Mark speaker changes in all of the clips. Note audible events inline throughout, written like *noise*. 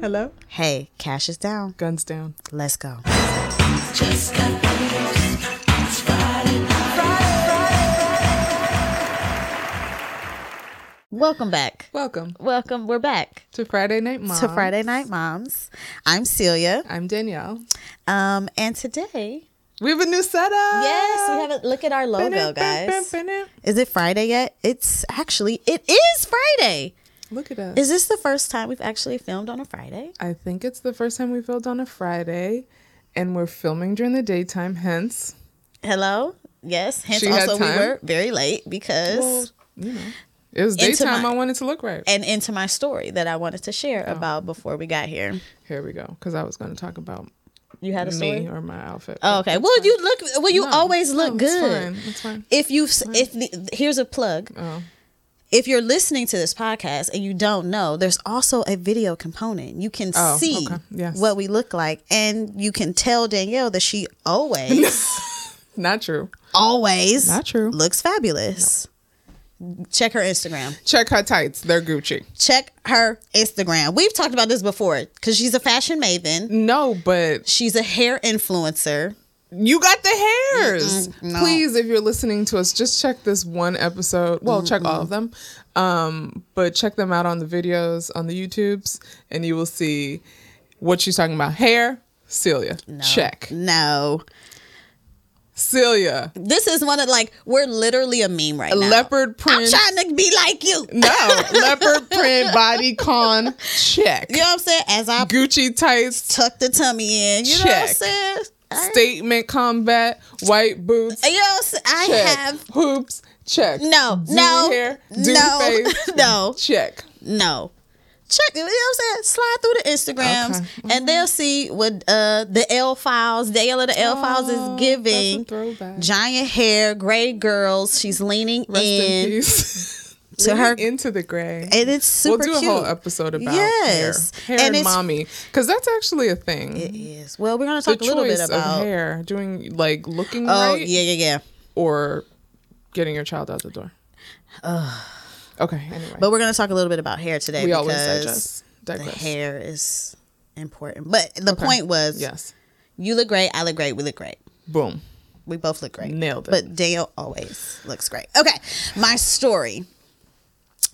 Speaker 1: Hello?
Speaker 2: Hey, cash is down.
Speaker 1: Guns down.
Speaker 2: Let's go. Welcome back.
Speaker 1: Welcome
Speaker 2: Welcome. We're back
Speaker 1: to Friday Night Mom.
Speaker 2: to Friday Night Moms. I'm Celia.
Speaker 1: I'm Danielle.
Speaker 2: Um, and today,
Speaker 1: We have a new setup.
Speaker 2: yes, we have a look at our logo, guys. Is it Friday yet? It's actually it is Friday.
Speaker 1: Look at us.
Speaker 2: Is this the first time we've actually filmed on a Friday?
Speaker 1: I think it's the first time we filmed on a Friday, and we're filming during the daytime, hence.
Speaker 2: Hello. Yes. Hence,
Speaker 1: She had
Speaker 2: also we
Speaker 1: time.
Speaker 2: were very late because
Speaker 1: Well, you know. It was
Speaker 2: Into
Speaker 1: daytime.
Speaker 2: my-
Speaker 1: I wanted to look right.
Speaker 2: and into my story that I wanted to share
Speaker 1: Oh.
Speaker 2: about before we got here.
Speaker 1: Here we go. Because I was going to talk about
Speaker 2: You had a story.
Speaker 1: me or my outfit.
Speaker 2: Oh, okay. Well, you look. Well, you
Speaker 1: No,
Speaker 2: always look
Speaker 1: no, it's
Speaker 2: good.
Speaker 1: fine, it's fine.
Speaker 2: If you, if the, here's a plug.
Speaker 1: Oh.
Speaker 2: If you're listening to this podcast and you don't know, there's also a video component. You can
Speaker 1: Oh,
Speaker 2: see
Speaker 1: okay. Yes.
Speaker 2: what we look like, and you can tell Danielle that she
Speaker 1: *laughs*
Speaker 2: always,
Speaker 1: Not true.
Speaker 2: always,
Speaker 1: Not true.
Speaker 2: looks fabulous. Check her Instagram.
Speaker 1: Check her tights. They're Gucci.
Speaker 2: Check her Instagram. We've talked about this before because she's a fashion maven.
Speaker 1: No, but
Speaker 2: She's a hair influencer.
Speaker 1: You got the hairs.
Speaker 2: Mm-mm, no.
Speaker 1: Please, if you're listening to us, just check this one episode. Well, check all of them. Um, but check them out on the videos on the YouTubes and you will see what she's talking about. Hair, Celia. Check.
Speaker 2: No.
Speaker 1: Celia.
Speaker 2: This is one of like we're literally a meme right now.
Speaker 1: Leopard
Speaker 2: I'm
Speaker 1: print.
Speaker 2: trying to be like you. You
Speaker 1: no. leopard print body con. Check.
Speaker 2: know what I'm saying? As I
Speaker 1: Gucci tights.
Speaker 2: tuck the tummy in, you know what I'm
Speaker 1: Check.
Speaker 2: saying? I,
Speaker 1: Statement combat. White boots.
Speaker 2: you know what I'm saying? I
Speaker 1: Check.
Speaker 2: have
Speaker 1: Hoops. Check.
Speaker 2: no,
Speaker 1: Do
Speaker 2: no,
Speaker 1: hair. Do
Speaker 2: no,
Speaker 1: face.
Speaker 2: *laughs* no,
Speaker 1: Check.
Speaker 2: no. Check, you know what I'm saying? Slide through the Instagrams
Speaker 1: Okay.
Speaker 2: and they'll see what uh the L files, Dale of the L files is
Speaker 1: Oh, That's a
Speaker 2: giving.
Speaker 1: throwback.
Speaker 2: Giant hair, gray girls. She's leaning
Speaker 1: Rest in *laughs*
Speaker 2: in,
Speaker 1: peace.
Speaker 2: to
Speaker 1: Lean
Speaker 2: her-
Speaker 1: into the gray.
Speaker 2: and it's super
Speaker 1: we'll do a
Speaker 2: cute.
Speaker 1: whole episode about
Speaker 2: Yes.
Speaker 1: hair, hair
Speaker 2: And
Speaker 1: and,
Speaker 2: it's-
Speaker 1: mommy, because that's actually a thing.
Speaker 2: It is. Well, we're gonna
Speaker 1: the
Speaker 2: talk a
Speaker 1: choice
Speaker 2: little bit
Speaker 1: of
Speaker 2: about.
Speaker 1: hair, doing like looking
Speaker 2: Oh
Speaker 1: right
Speaker 2: yeah, yeah, yeah.
Speaker 1: or getting your child out the door. okay, anyway,
Speaker 2: But we're gonna talk a little bit about hair today
Speaker 1: we always
Speaker 2: because
Speaker 1: digest,
Speaker 2: the
Speaker 1: digress.
Speaker 2: hair is important. But the point was,
Speaker 1: Yes,
Speaker 2: you look great. I look great. We look great.
Speaker 1: boom.
Speaker 2: We both look great.
Speaker 1: Nailed it.
Speaker 2: But Dale always looks great. Okay, my story.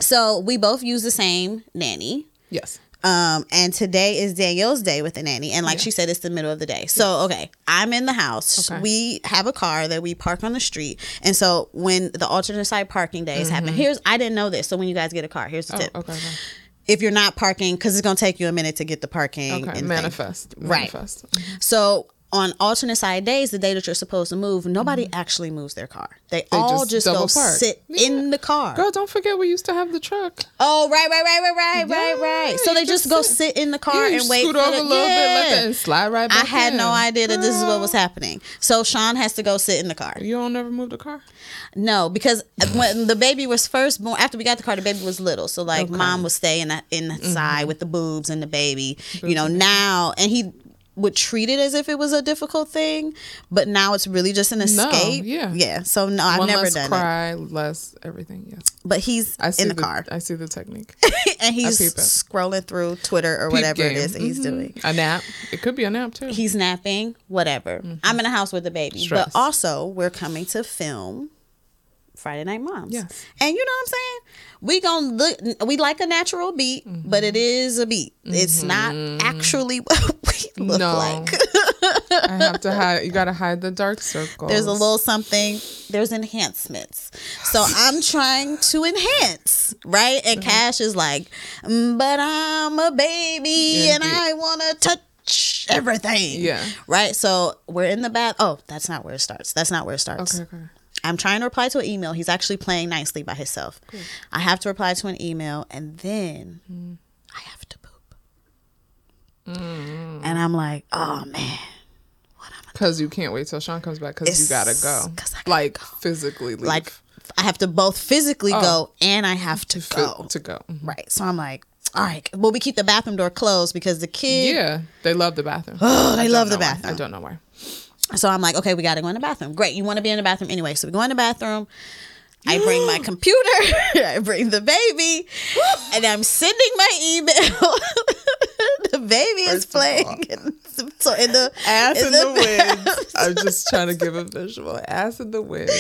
Speaker 2: So we both use the same nanny.
Speaker 1: Yes,
Speaker 2: Um, and today is Danielle's day with the nanny. And like she said, it's the middle of the day. So, okay, I'm in the house.
Speaker 1: Okay.
Speaker 2: We have a car that we park on the street. And so when the alternate side parking days happen, here's, I didn't know this. So when you guys get a car, here's the
Speaker 1: Mm-hmm. oh, okay,
Speaker 2: tip.
Speaker 1: okay.
Speaker 2: If you're not parking, because it's going to take you a minute to get the parking.
Speaker 1: okay.
Speaker 2: and thing.
Speaker 1: Manifest,
Speaker 2: Right.
Speaker 1: manifest.
Speaker 2: So on alternate side days, the day that you're supposed to move, nobody actually moves their car. They, all
Speaker 1: Mm-hmm. just
Speaker 2: just, go
Speaker 1: double park.
Speaker 2: sit in the car.
Speaker 1: Girl, don't forget we used to have the truck.
Speaker 2: Oh, right, right, right, right, right, right, right. So
Speaker 1: you
Speaker 2: they just
Speaker 1: just
Speaker 2: go
Speaker 1: sit.
Speaker 2: sit in the car
Speaker 1: Yeah, you
Speaker 2: and wait.
Speaker 1: scoot
Speaker 2: for
Speaker 1: over a
Speaker 2: the-
Speaker 1: little bit, let
Speaker 2: Yeah.
Speaker 1: that and slide right
Speaker 2: I
Speaker 1: back.
Speaker 2: had
Speaker 1: in.
Speaker 2: no idea that this is what
Speaker 1: Girl.
Speaker 2: was happening. So Sean has to go sit in the car.
Speaker 1: You don't never move the car.
Speaker 2: No, because when the baby was first born, after we got the car, the baby was little. So like, mom would stay in the,
Speaker 1: Mm-hmm.
Speaker 2: inside with the boobs and the baby. You know now, and he would treat it as if it was a difficult thing, but now it's really just an escape.
Speaker 1: yeah.
Speaker 2: yeah. So no, I've
Speaker 1: One
Speaker 2: never
Speaker 1: less
Speaker 2: done it.
Speaker 1: cry, less everything. Yes,
Speaker 2: But he's
Speaker 1: I see
Speaker 2: in the,
Speaker 1: *laughs*
Speaker 2: car
Speaker 1: I see the
Speaker 2: *laughs*
Speaker 1: technique.
Speaker 2: and he's
Speaker 1: peep it.
Speaker 2: scrolling through Twitter or
Speaker 1: Peep
Speaker 2: whatever it
Speaker 1: game. Mm-hmm.
Speaker 2: is that he's doing.
Speaker 1: A nap. It could be a nap
Speaker 2: *laughs*
Speaker 1: too.
Speaker 2: he's napping, whatever. I'm in the house with the baby.
Speaker 1: Mm-hmm. Stress.
Speaker 2: But also, we're coming to film Friday Night Moms.
Speaker 1: Yes.
Speaker 2: And you know what I'm saying? We going to look we like a natural beat,
Speaker 1: Mm-hmm.
Speaker 2: but it is a beat. It's not actually *laughs* what we look
Speaker 1: no,
Speaker 2: like. *laughs*
Speaker 1: I have to hide. You gotta hide the dark circle.
Speaker 2: There's a little something, there's enhancements. So I'm trying to enhance, right? And
Speaker 1: Mm-hmm.
Speaker 2: Cash is like, "Mm, but I'm a baby and
Speaker 1: Indeed.
Speaker 2: I want to touch everything.
Speaker 1: Yeah.
Speaker 2: Right? So we're in the bath. Oh, that's not where it starts. That's not where it starts.
Speaker 1: Okay, okay.
Speaker 2: I'm trying to reply to an email. He's actually playing nicely by himself. I have to reply to an email and then
Speaker 1: Mm.
Speaker 2: I have to poop.
Speaker 1: Mm.
Speaker 2: And I'm like, oh man.
Speaker 1: Because you can't wait till Sean comes back. Because you gotta
Speaker 2: It's-
Speaker 1: go.
Speaker 2: 'cause I gotta
Speaker 1: like physically, leave.
Speaker 2: like I have to both
Speaker 1: Oh.
Speaker 2: physically go and I have to
Speaker 1: Fi-
Speaker 2: go.
Speaker 1: to go. Mm-hmm.
Speaker 2: *gasps* Right. So I'm like, all right. Well, we keep the bathroom door closed because the kid.
Speaker 1: Yeah, they love the bathroom.
Speaker 2: Oh, *gasps* they
Speaker 1: I don't
Speaker 2: *gasps* love the
Speaker 1: know why.
Speaker 2: bathroom.
Speaker 1: I don't know
Speaker 2: *laughs*
Speaker 1: why.
Speaker 2: So I'm like, okay, we got to go in the bathroom. Great. You want to be in the bathroom anyway. So we go in the bathroom. I
Speaker 1: *gasps*
Speaker 2: bring my computer, *laughs* I bring the baby, and I'm sending my email. *laughs* the baby is
Speaker 1: First of
Speaker 2: playing *laughs* in the, so in the
Speaker 1: Ass in,
Speaker 2: in *laughs*
Speaker 1: the, wind. I'm just trying to give a visual. Ass in the
Speaker 2: *laughs*
Speaker 1: wind.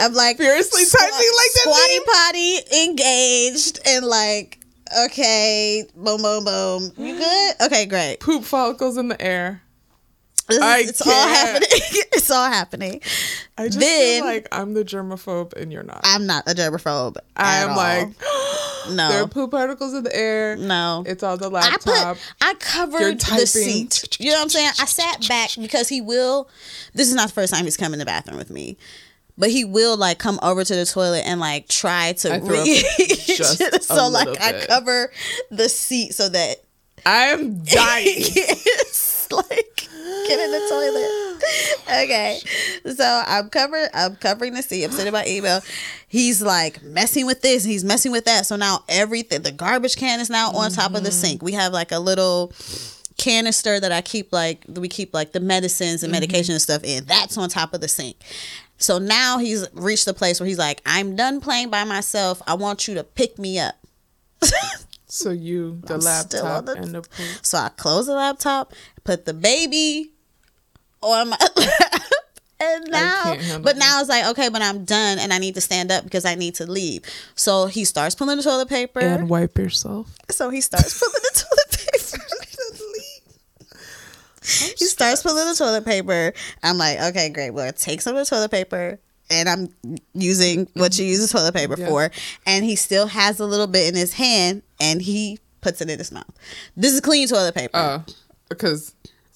Speaker 2: I'm like
Speaker 1: Furiously typing like that
Speaker 2: Squatty
Speaker 1: meme?
Speaker 2: potty engaged and like okay, boom, boom, boom. You good? Okay, great.
Speaker 1: Poop follicles in the air.
Speaker 2: This is-
Speaker 1: I
Speaker 2: it's all
Speaker 1: can't.
Speaker 2: happening. *laughs* it's all happening.
Speaker 1: I just
Speaker 2: Then-
Speaker 1: feel like I'm the germaphobe and you're not.
Speaker 2: I'm not a germaphobe.
Speaker 1: I
Speaker 2: at
Speaker 1: am
Speaker 2: all.
Speaker 1: like *gasps* there
Speaker 2: no,
Speaker 1: are poop particles in the air.
Speaker 2: no.
Speaker 1: It's on the
Speaker 2: I
Speaker 1: laptop.
Speaker 2: put I
Speaker 1: You're
Speaker 2: covered
Speaker 1: typing.
Speaker 2: the seat. You know what I'm saying? I sat back because he will. This is not the first time he's come in the bathroom with me, but he will like come over to the toilet and like try
Speaker 1: I
Speaker 2: to
Speaker 1: threw up just a
Speaker 2: reach. *laughs* so like
Speaker 1: little
Speaker 2: I
Speaker 1: bit.
Speaker 2: cover the seat so that
Speaker 1: I am dying.
Speaker 2: *laughs* Yes, like get in the toilet. Okay, so I'm covered. I'm covering the seat. I'm sending my email. He's like messing with this. He's messing with that. So now everything. The garbage can is now on top of the sink. We have like a little canister that I keep like we keep like the medicines and medication and stuff in. That's on top of the sink. So now he's reached the place where he's like, I'm done playing by myself. I want you to pick me up.
Speaker 1: so you, the
Speaker 2: I'm
Speaker 1: laptop,
Speaker 2: still on the-
Speaker 1: and the poop.
Speaker 2: So I closed the laptop, put the baby on my *laughs* lap, and now,
Speaker 1: can't handle
Speaker 2: but now it's like, okay, but I'm done and I need to stand up because I need to leave. So he starts pulling the toilet paper.
Speaker 1: And wipe yourself.
Speaker 2: so he starts pulling the *laughs* toilet paper. he starts pulling the toilet paper. I'm like, okay, great. Well, take some of the toilet paper. And I'm using what you use the toilet paper
Speaker 1: Yeah.
Speaker 2: for. And he still has a little bit in his hand and he puts it in his mouth. This is clean toilet paper.
Speaker 1: Uh, because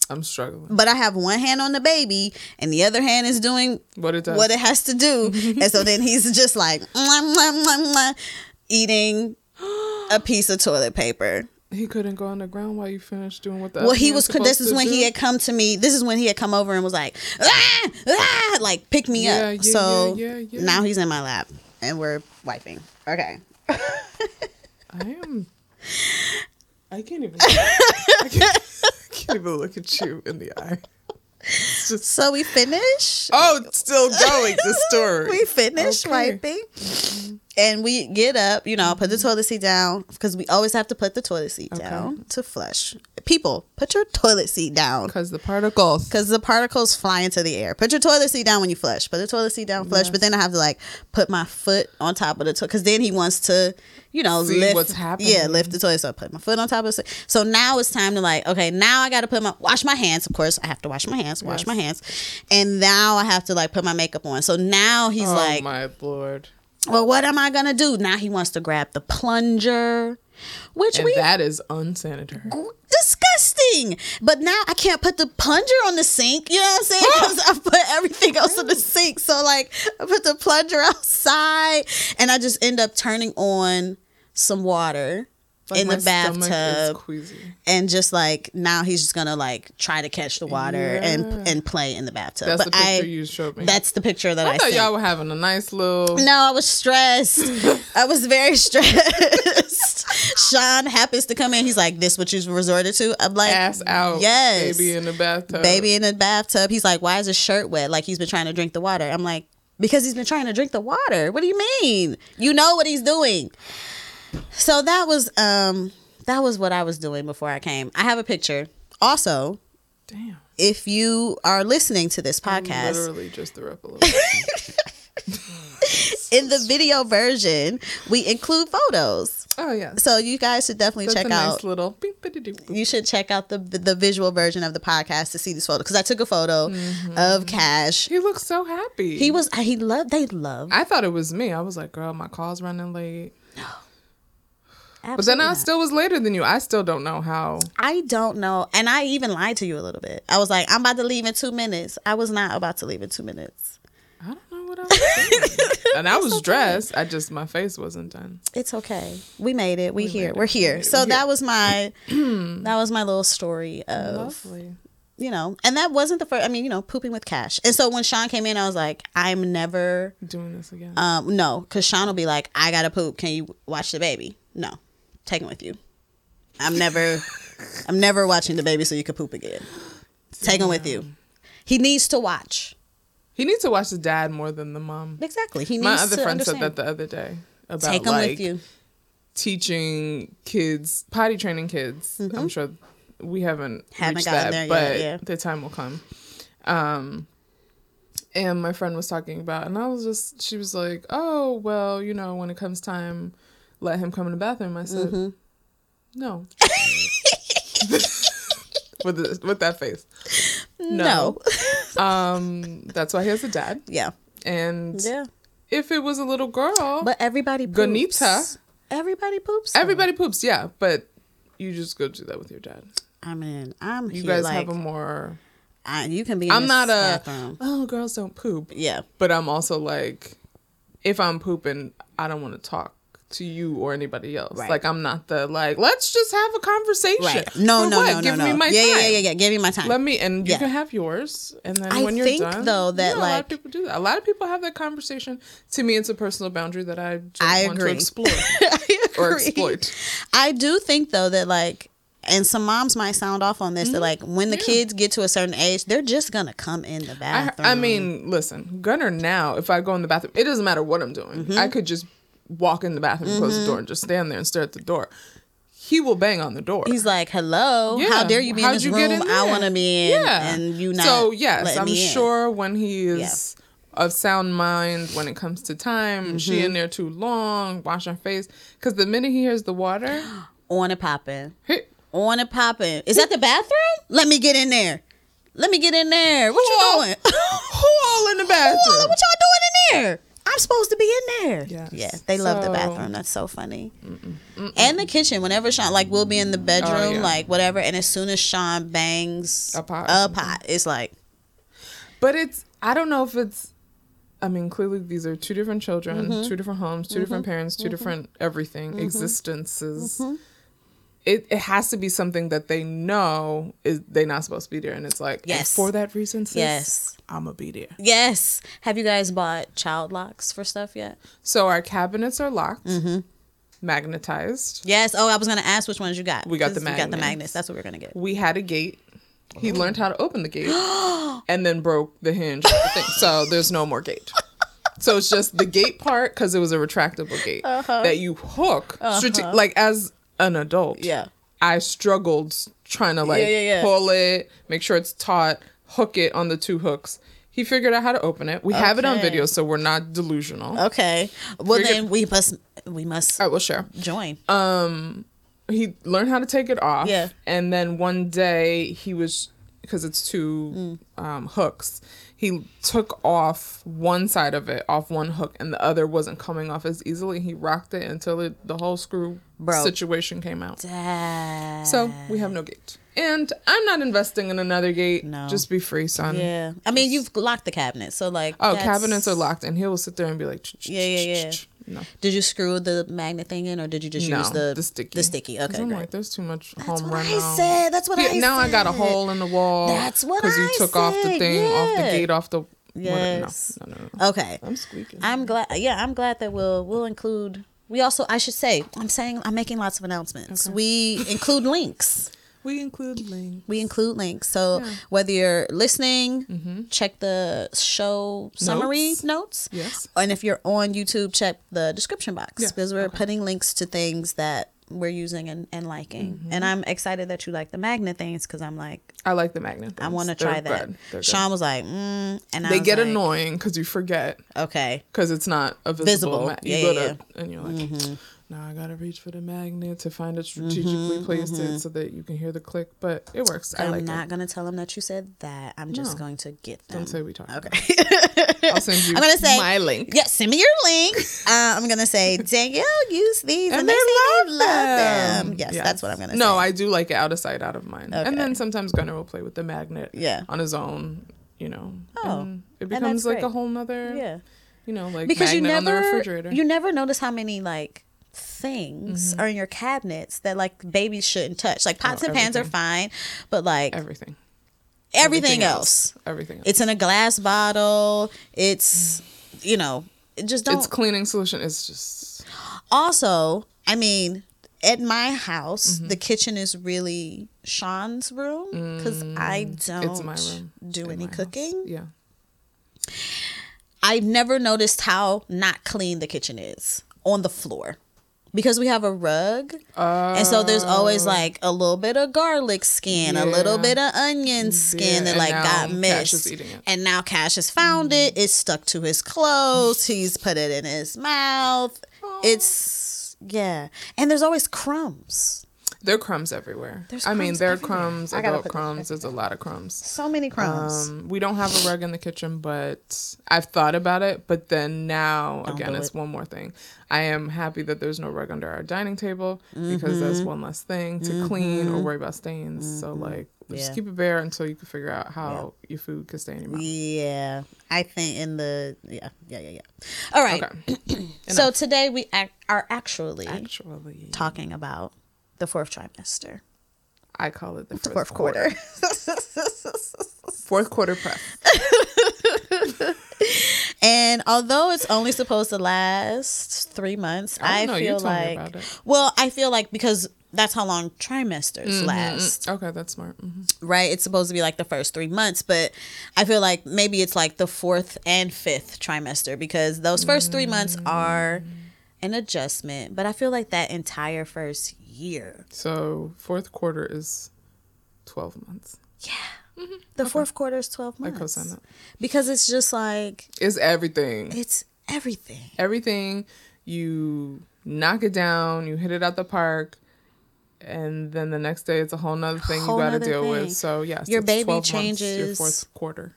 Speaker 1: I'm struggling.
Speaker 2: but I have one hand on the baby and the other hand is doing
Speaker 1: What it does.
Speaker 2: what it has
Speaker 1: *laughs*
Speaker 2: to do. and so then he's just like mwah, mwah, mwah, mwah,
Speaker 1: *gasps*
Speaker 2: eating a piece of toilet paper.
Speaker 1: he couldn't go on the ground while you finished doing what the.
Speaker 2: Well, he was. This is when he had come to me. This is when he had come over and was like, ah, ah, like pick me
Speaker 1: Yeah,
Speaker 2: up.
Speaker 1: yeah,
Speaker 2: so
Speaker 1: yeah, yeah, yeah.
Speaker 2: now he's in my lap and we're wiping. Okay,
Speaker 1: I am. I can't
Speaker 2: *laughs*
Speaker 1: even. I can't, I can't even look at you in the eye. It's just
Speaker 2: so we finish.
Speaker 1: Oh, it's still going,
Speaker 2: *laughs*
Speaker 1: the story.
Speaker 2: we finish
Speaker 1: Okay.
Speaker 2: wiping and we get up you know put the toilet seat down because we always have to put the toilet seat down to flush people put your toilet seat down
Speaker 1: Because the particles.
Speaker 2: because the particles fly into the air put your toilet seat down when you flush put the toilet seat down flush but then i have to like put my foot on top of the toilet because then he wants to you know
Speaker 1: See
Speaker 2: lift
Speaker 1: what's happening.
Speaker 2: yeah lift the toilet so i put my foot on top of the si- so now it's time to like okay now i gotta put my wash my hands of course i have to wash my hands wash
Speaker 1: Yes.
Speaker 2: my hands and now i have to like put my makeup on so now he's
Speaker 1: Oh
Speaker 2: like
Speaker 1: my lord!
Speaker 2: well, what am I gonna do? Now he wants to grab the plunger, which
Speaker 1: And
Speaker 2: we
Speaker 1: that is unsanitary.
Speaker 2: disgusting. But now I can't put the plunger on the sink. You know what I'm saying? Because I put everything else on the sink. So like I put the plunger *laughs* outside, and I just end up turning on some water
Speaker 1: Like,
Speaker 2: in the
Speaker 1: my stomach is
Speaker 2: bathtub
Speaker 1: queasy.
Speaker 2: and just like now he's just gonna like try to catch the water and
Speaker 1: Yeah.
Speaker 2: and play in the bathtub.
Speaker 1: That's
Speaker 2: but
Speaker 1: the picture
Speaker 2: I
Speaker 1: you showed me.
Speaker 2: that's the picture that I,
Speaker 1: I thought
Speaker 2: sent.
Speaker 1: y'all were having a nice little.
Speaker 2: No, I was stressed. I was very *laughs* stressed. Sean happens to come in. He's like, "This what you resorted to?" I'm like,
Speaker 1: Ass out,
Speaker 2: Yes,
Speaker 1: baby in the bathtub.
Speaker 2: baby in the bathtub." He's like, "Why is his shirt wet?" Like he's been trying to drink the water. I'm like, "Because he's been trying to drink the water." What do you mean? You know what he's doing. So that was um that was what I was doing before I came. I have a picture. Also,
Speaker 1: Damn.
Speaker 2: if you are listening to this
Speaker 1: Mm,
Speaker 2: podcast,
Speaker 1: Literally just threw up a little.
Speaker 2: in the video version, we include photos.
Speaker 1: oh yeah.
Speaker 2: *laughs* So you guys should definitely
Speaker 1: That's
Speaker 2: check
Speaker 1: a
Speaker 2: out.
Speaker 1: nice little. beep, biddy-doo, boop.
Speaker 2: you should check out the the visual version of the podcast to see this photo because I took a photo
Speaker 1: Mm-hmm.
Speaker 2: of Cash.
Speaker 1: He looks so happy.
Speaker 2: He was he loved they loved.
Speaker 1: I thought it was me. I was like, girl, my call's running late. But
Speaker 2: Absolutely
Speaker 1: then I
Speaker 2: not.
Speaker 1: still was later than you. I still don't know how.
Speaker 2: I don't know, and I even lied to you a little bit. I was like, I'm about to leave in two minutes. I was not about to leave in two minutes.
Speaker 1: I don't know what I
Speaker 2: *laughs*
Speaker 1: was doing. and I was dressed. I just my face wasn't done.
Speaker 2: It's okay. We made it. We, here.
Speaker 1: made it.
Speaker 2: We're here.
Speaker 1: We made it.
Speaker 2: so
Speaker 1: We're
Speaker 2: that
Speaker 1: here. *clears throat*
Speaker 2: was my that was my little story of
Speaker 1: Lovely.
Speaker 2: you know, and that wasn't the first. I mean, you know, pooping with Cash. And so when Sean came in, I was like, I'm never
Speaker 1: Doing this again.
Speaker 2: Um, no, because Sean will be like, I gotta poop. Can you watch the baby? No, take him with you. I'm never,
Speaker 1: *laughs*
Speaker 2: I'm never watching the baby so you can poop again. Take him with you. He needs to watch.
Speaker 1: He needs to watch the dad more than the mom.
Speaker 2: Exactly. He needs
Speaker 1: My other
Speaker 2: to
Speaker 1: friend
Speaker 2: understand.
Speaker 1: said that the other day about
Speaker 2: Take him
Speaker 1: like
Speaker 2: with you.
Speaker 1: teaching kids potty training kids. I'm sure we haven't,
Speaker 2: Mm-hmm. Haven't
Speaker 1: reached
Speaker 2: gotten
Speaker 1: that,
Speaker 2: there yet,
Speaker 1: but
Speaker 2: yeah.
Speaker 1: the time will come. Um, and my friend was talking about, and I was just, she was like, "Oh well, you know, when it comes time, let him come in the bathroom." I said,
Speaker 2: Mm-hmm. *laughs*
Speaker 1: "No." with the, with that face, *laughs*
Speaker 2: No.
Speaker 1: um, that's why he has a dad.
Speaker 2: yeah.
Speaker 1: And
Speaker 2: Yeah.
Speaker 1: if it was a little girl,
Speaker 2: But everybody poops.
Speaker 1: Gonita.
Speaker 2: Everybody poops.
Speaker 1: everybody poops, yeah, but you just go do that with your dad.
Speaker 2: I mean, I'm
Speaker 1: You
Speaker 2: here.
Speaker 1: guys
Speaker 2: like,
Speaker 1: have a more.
Speaker 2: I, you can be. In
Speaker 1: I'm
Speaker 2: this
Speaker 1: not a.
Speaker 2: Bathroom.
Speaker 1: Oh, girls don't poop.
Speaker 2: Yeah.
Speaker 1: But I'm also like, if I'm pooping, I don't want to talk to you or anybody else.
Speaker 2: Right.
Speaker 1: Like I'm not the like. Let's just have a conversation.
Speaker 2: Right. No,
Speaker 1: For
Speaker 2: no,
Speaker 1: what?
Speaker 2: no, no,
Speaker 1: Give
Speaker 2: no.
Speaker 1: me my
Speaker 2: yeah,
Speaker 1: time.
Speaker 2: yeah, yeah, yeah. Give me my time.
Speaker 1: Let me, and you
Speaker 2: Yeah.
Speaker 1: can have yours, and then
Speaker 2: I
Speaker 1: when you're
Speaker 2: think,
Speaker 1: done,
Speaker 2: though, that,
Speaker 1: yeah, a lot
Speaker 2: like-
Speaker 1: of people do that. A lot of people have that conversation. To me, it's a personal boundary that I just
Speaker 2: I
Speaker 1: want
Speaker 2: agree.
Speaker 1: to explore
Speaker 2: *laughs* I
Speaker 1: or
Speaker 2: agree.
Speaker 1: exploit.
Speaker 2: I do think though that like, and some moms might sound off on this
Speaker 1: Mm-hmm.
Speaker 2: that like when the kids get to a certain age, they're just gonna come in the
Speaker 1: I,
Speaker 2: bathroom.
Speaker 1: I mean, listen, Gunner. Now, if I go in the bathroom, it doesn't matter what I'm doing.
Speaker 2: Mm-hmm.
Speaker 1: I could just walk in the bathroom, close the door, and just stand there and stare at the door. He will bang on the door.
Speaker 2: he's like, "Hello, how
Speaker 1: Yeah.
Speaker 2: dare you be
Speaker 1: How'd
Speaker 2: in this
Speaker 1: you
Speaker 2: room?
Speaker 1: get in
Speaker 2: I
Speaker 1: there?"
Speaker 2: want to be in, and you not."
Speaker 1: So yes,
Speaker 2: letting
Speaker 1: I'm
Speaker 2: me in."
Speaker 1: sure when he is of sound mind when it comes to time, she
Speaker 2: Mm-hmm.
Speaker 1: in there too long, wash her face. Because the minute he hears the water, *gasps*
Speaker 2: on and popping,
Speaker 1: he,
Speaker 2: on and popping. Is that the bathroom? Let me get in there. Let me get in there. What
Speaker 1: Who all-
Speaker 2: you doing? *laughs*
Speaker 1: who all in the
Speaker 2: Well, look
Speaker 1: bathroom?
Speaker 2: what y'all doing in there? I'm supposed to be in there.
Speaker 1: Yes.
Speaker 2: Yeah, they love the
Speaker 1: So-
Speaker 2: bathroom. That's so funny. And the kitchen. Whenever Sean, like, we'll be in the bedroom,
Speaker 1: Oh, yeah.
Speaker 2: like, whatever. And as soon as Sean bangs
Speaker 1: A pot or
Speaker 2: a
Speaker 1: something.
Speaker 2: pot, it's like,
Speaker 1: But it's I don't know if it's I mean, clearly these are two different children,
Speaker 2: Mm-hmm.
Speaker 1: two different homes, 2 different parents, 2 different everything, existences.
Speaker 2: Mm-hmm.
Speaker 1: It it has to be something that they know is they not supposed to be there. And it's like and
Speaker 2: Yes.
Speaker 1: for that reason, sis,
Speaker 2: Yes.
Speaker 1: I'ma be there.
Speaker 2: yes. Have you guys bought child locks for stuff yet?
Speaker 1: So our cabinets are locked,
Speaker 2: Mm-hmm.
Speaker 1: magnetized.
Speaker 2: Yes. Oh, I was going to ask which ones you got.
Speaker 1: We got the
Speaker 2: 'cause We got the
Speaker 1: magnets.
Speaker 2: magnets. That's what we're going to get.
Speaker 1: We had a gate. He
Speaker 2: Oh.
Speaker 1: learned how to open the gate
Speaker 2: *gasps*
Speaker 1: and then broke the hinge. of the thing. So there's no more gate.
Speaker 2: *laughs*
Speaker 1: So it's just the gate part because it was a retractable gate
Speaker 2: Uh-huh.
Speaker 1: that you hook strate- like as an adult.
Speaker 2: Yeah.
Speaker 1: I struggled trying to like
Speaker 2: Yeah, yeah, yeah.
Speaker 1: pull it, make sure it's taut, hook it on the two hooks. He figured out how to open it. We have it on
Speaker 2: Okay. Oh.
Speaker 1: video, so we're not delusional.
Speaker 2: Okay. Well,
Speaker 1: We're Oh. Um,
Speaker 2: then we must, we must
Speaker 1: I will share.
Speaker 2: join.
Speaker 1: he learned how to take it off.
Speaker 2: Yeah.
Speaker 1: And then one day he was because it's two
Speaker 2: Mm.
Speaker 1: um, hooks. He took off one side of it off one hook, and the other wasn't coming off as easily. He rocked it until it, the whole screw
Speaker 2: Broke.
Speaker 1: situation came out.
Speaker 2: Dad.
Speaker 1: So we have no gate, and I'm not investing in another gate.
Speaker 2: No.
Speaker 1: Just be free, son.
Speaker 2: yeah. I mean, you've locked the cabinet. So, like,
Speaker 1: Oh,
Speaker 2: that's-
Speaker 1: cabinets are locked, and he will sit there and be like, "Ch- ch-
Speaker 2: Yeah, yeah,
Speaker 1: ch-
Speaker 2: yeah.
Speaker 1: ch- ch." No,
Speaker 2: Did you screw the magnet thing in, or did you just
Speaker 1: no,
Speaker 2: use the
Speaker 1: the sticky,
Speaker 2: The sticky.
Speaker 1: 'Cause
Speaker 2: Okay,
Speaker 1: I'm
Speaker 2: great.
Speaker 1: like, there's too much
Speaker 2: That's
Speaker 1: home
Speaker 2: what
Speaker 1: run.
Speaker 2: I said. That's what I
Speaker 1: Yeah, now I got a
Speaker 2: said.
Speaker 1: hole in the wall.
Speaker 2: That's what
Speaker 1: Because you
Speaker 2: I
Speaker 1: took off the
Speaker 2: said,
Speaker 1: thing, off the
Speaker 2: yeah.
Speaker 1: gate, off the. what-
Speaker 2: Yes. Uh,
Speaker 1: no, no, no, no.
Speaker 2: Okay.
Speaker 1: I'm squeaking.
Speaker 2: I'm glad. Yeah, I'm glad that we'll we'll include. We also, I should say, I'm saying I'm making lots of announcements. We include links.
Speaker 1: We include link.
Speaker 2: We include links. So whether you're listening,
Speaker 1: Mm-hmm.
Speaker 2: check the show summary
Speaker 1: Notes.
Speaker 2: notes.
Speaker 1: Yes.
Speaker 2: And if you're on YouTube, check the description box
Speaker 1: Yeah.
Speaker 2: because we're putting links to things that we're using and, and liking.
Speaker 1: Mm-hmm.
Speaker 2: And I'm excited that you like the magnet things because I'm like,
Speaker 1: I like the magnet.
Speaker 2: I
Speaker 1: things.
Speaker 2: want to
Speaker 1: They're
Speaker 2: try that.
Speaker 1: good. They're good.
Speaker 2: Sean was like, mm, and I
Speaker 1: They
Speaker 2: was
Speaker 1: get
Speaker 2: like,
Speaker 1: annoying because you forget
Speaker 2: Okay,
Speaker 1: because it's not a
Speaker 2: Visible.
Speaker 1: visible. ma- you
Speaker 2: Yeah,
Speaker 1: go
Speaker 2: yeah, Mm-hmm.
Speaker 1: to- and you're like, now I gotta reach for the magnet to find it strategically placed it so that you can hear the click. But it works. I
Speaker 2: Mm-hmm, I'm
Speaker 1: like
Speaker 2: not
Speaker 1: it.
Speaker 2: gonna tell him that you said that. I'm
Speaker 1: No.
Speaker 2: just going to get them.
Speaker 1: Don't say we talked. Okay.
Speaker 2: okay.
Speaker 1: I'll
Speaker 2: *laughs*
Speaker 1: send you.
Speaker 2: I'm gonna say
Speaker 1: my link.
Speaker 2: Yeah, send me your
Speaker 1: *laughs*
Speaker 2: link. Uh, I'm gonna say Danielle use these, and,
Speaker 1: and
Speaker 2: they,
Speaker 1: they
Speaker 2: say
Speaker 1: love,
Speaker 2: they love them. Yes,
Speaker 1: Yes.
Speaker 2: that's what I'm gonna
Speaker 1: Um, No,
Speaker 2: say.
Speaker 1: I do like it out of sight, out of mind.
Speaker 2: Okay.
Speaker 1: And then sometimes Gunner will play with the magnet
Speaker 2: Yeah.
Speaker 1: on his own, you know.
Speaker 2: Oh,
Speaker 1: and it
Speaker 2: that's
Speaker 1: becomes like a
Speaker 2: great.
Speaker 1: whole nother,
Speaker 2: yeah,
Speaker 1: you know, like
Speaker 2: because you
Speaker 1: magnet on the
Speaker 2: never
Speaker 1: refrigerator. Mm-hmm.
Speaker 2: you never notice how many like things are in your cabinets that like babies shouldn't touch. Like pots
Speaker 1: Oh,
Speaker 2: and pans are fine, but like
Speaker 1: everything.
Speaker 2: everything, else.
Speaker 1: Everything else.
Speaker 2: It's in a glass bottle. It's you know, it just don't
Speaker 1: It's cleaning solution. It's just
Speaker 2: also, I mean, at my house,
Speaker 1: Mm-hmm.
Speaker 2: the kitchen is really Sean's room because I don't
Speaker 1: Mm, my room
Speaker 2: do any
Speaker 1: my house.
Speaker 2: cooking.
Speaker 1: yeah.
Speaker 2: I've never noticed how not clean the kitchen is on the floor because we have a rug. And so there's always like a little bit of garlic skin, a little
Speaker 1: Oh. Yeah.
Speaker 2: bit of onion skin
Speaker 1: Yeah,
Speaker 2: that
Speaker 1: and
Speaker 2: like
Speaker 1: now
Speaker 2: got
Speaker 1: Cash is
Speaker 2: missed.
Speaker 1: eating it.
Speaker 2: And now Cash has found it. It's stuck to his clothes. He's put it in his mouth. It's yeah. And there's always crumbs.
Speaker 1: There are crumbs everywhere.
Speaker 2: There's
Speaker 1: I mean,
Speaker 2: crumbs
Speaker 1: there are
Speaker 2: everywhere.
Speaker 1: crumbs,
Speaker 2: I gotta
Speaker 1: adult
Speaker 2: put this
Speaker 1: crumbs. There's a lot of crumbs.
Speaker 2: So many crumbs.
Speaker 1: Um, we don't have a rug in the kitchen, but I've thought about it. But then now, again,
Speaker 2: do
Speaker 1: it's
Speaker 2: it.
Speaker 1: one more thing. I am happy that there's no rug under our dining table because that's
Speaker 2: Mm-hmm.
Speaker 1: one less thing to clean or worry about stains. So, like, just
Speaker 2: Yeah.
Speaker 1: keep it bare until you can figure out how your food can stay in your mouth.
Speaker 2: yeah. I think in the yeah, yeah, yeah, yeah. All right.
Speaker 1: Okay.
Speaker 2: *clears throat* So today we ac- are actually
Speaker 1: Actually,
Speaker 2: talking about the fourth trimester.
Speaker 1: I call it the fourth,
Speaker 2: Fourth quarter. *laughs*
Speaker 1: Fourth quarter prep.
Speaker 2: And although it's only supposed to last three months,
Speaker 1: I
Speaker 2: I,
Speaker 1: don't know. You
Speaker 2: feel
Speaker 1: told me
Speaker 2: like
Speaker 1: about it.
Speaker 2: well, I feel like because that's how long trimesters
Speaker 1: Mm-hmm.
Speaker 2: last,
Speaker 1: Okay, that's smart. hmm
Speaker 2: right? It's supposed to be like the first three months, but I feel like maybe it's like the fourth and fifth trimester because those first three months
Speaker 1: Mm.
Speaker 2: are an adjustment. But I feel like that entire first year,
Speaker 1: So, fourth quarter is 12 months.
Speaker 2: the fourth quarter is twelve
Speaker 1: I
Speaker 2: months,
Speaker 1: co sign that.
Speaker 2: because it's just like
Speaker 1: It's everything.
Speaker 2: it's everything.
Speaker 1: everything. You knock it down, you hit it out the park, and then the next day it's a whole nother thing
Speaker 2: Whole
Speaker 1: you got to
Speaker 2: nother
Speaker 1: deal
Speaker 2: thing.
Speaker 1: with. So yes,
Speaker 2: Your
Speaker 1: it's
Speaker 2: baby
Speaker 1: 12 months, your
Speaker 2: changes.
Speaker 1: fourth quarter.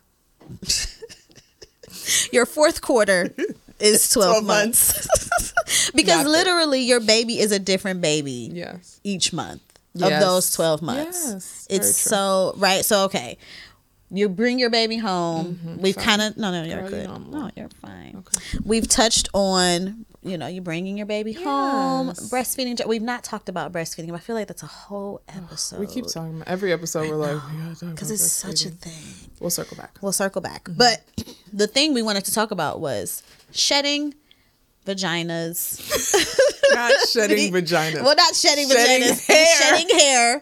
Speaker 2: your
Speaker 1: *laughs*
Speaker 2: fourth quarter is 12,
Speaker 1: 12
Speaker 2: months, *laughs* because
Speaker 1: Got it.
Speaker 2: literally your baby is a different baby
Speaker 1: Yes,
Speaker 2: each month
Speaker 1: Yes.
Speaker 2: of those 12 months
Speaker 1: Yes, very
Speaker 2: it's
Speaker 1: true.
Speaker 2: so right so okay you bring your baby home we've kind of no no you're
Speaker 1: Mm-hmm, Girl, you
Speaker 2: good
Speaker 1: know I'm
Speaker 2: no you're fine
Speaker 1: Okay.
Speaker 2: we've touched on you know you bringing your baby home
Speaker 1: Yes.
Speaker 2: breastfeeding jo- we've not talked about breastfeeding but i feel like that's a whole episode
Speaker 1: we keep talking about every episode. We're like,
Speaker 2: because
Speaker 1: because
Speaker 2: it's such a thing
Speaker 1: We'll circle back.
Speaker 2: we'll circle back.
Speaker 1: Mm-hmm.
Speaker 2: But the thing we wanted to talk about was shedding vaginas.
Speaker 1: *laughs* Not
Speaker 2: *laughs*
Speaker 1: shedding vaginas.
Speaker 2: Well, not shedding,
Speaker 1: Shedding
Speaker 2: vaginas,
Speaker 1: hair.
Speaker 2: shedding hair,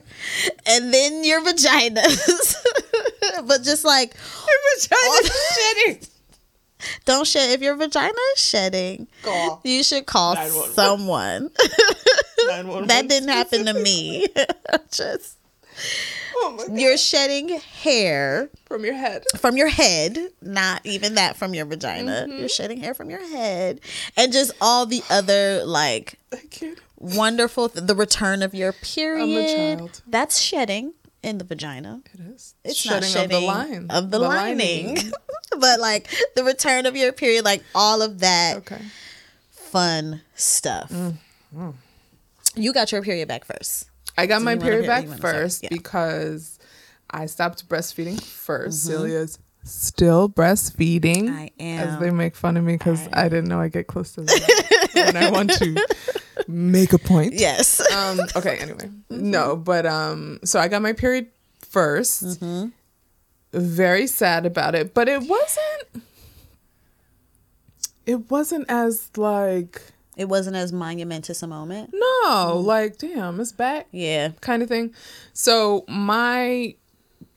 Speaker 2: and then your vaginas. *laughs* but just like
Speaker 1: shedding.
Speaker 2: don't shed if your vagina is shedding,
Speaker 1: Call
Speaker 2: you should call
Speaker 1: 911.
Speaker 2: someone.
Speaker 1: *laughs*
Speaker 2: that didn't happen to me. *laughs* just
Speaker 1: Oh my God.
Speaker 2: you're shedding hair.
Speaker 1: From your head.
Speaker 2: from your head, not even that from your vagina.
Speaker 1: Mm-hmm.
Speaker 2: You're shedding hair from your head, and just all the other like
Speaker 1: I can't.
Speaker 2: wonderful th- the return of your period.
Speaker 1: child.
Speaker 2: That's shedding in the vagina.
Speaker 1: It is.
Speaker 2: It's
Speaker 1: shedding,
Speaker 2: not shedding
Speaker 1: of the line
Speaker 2: of the, lining.
Speaker 1: lining.
Speaker 2: *laughs* but like the return of your period, like all of that
Speaker 1: Okay. Mm-hmm.
Speaker 2: fun stuff. You got your period back first.
Speaker 1: I got my
Speaker 2: you wanna
Speaker 1: period
Speaker 2: hear-
Speaker 1: back
Speaker 2: you wanna start?
Speaker 1: first
Speaker 2: Yeah.
Speaker 1: because I stopped breastfeeding 1st Celia's still breastfeeding.
Speaker 2: Mm-hmm. I
Speaker 1: As
Speaker 2: am.
Speaker 1: they make fun of me because I, didn't know I get close to
Speaker 2: *laughs*
Speaker 1: that when I want to make a point.
Speaker 2: Yes. *laughs*
Speaker 1: Um, okay, anyway.
Speaker 2: Mm-hmm.
Speaker 1: No, but um, so I got my period 1st
Speaker 2: Mm-hmm.
Speaker 1: Very sad about it, but it wasn't. It wasn't as like
Speaker 2: it wasn't as monumentous a moment.
Speaker 1: no,
Speaker 2: Mm.
Speaker 1: like damn, it's back
Speaker 2: Yeah.
Speaker 1: kind of thing. So my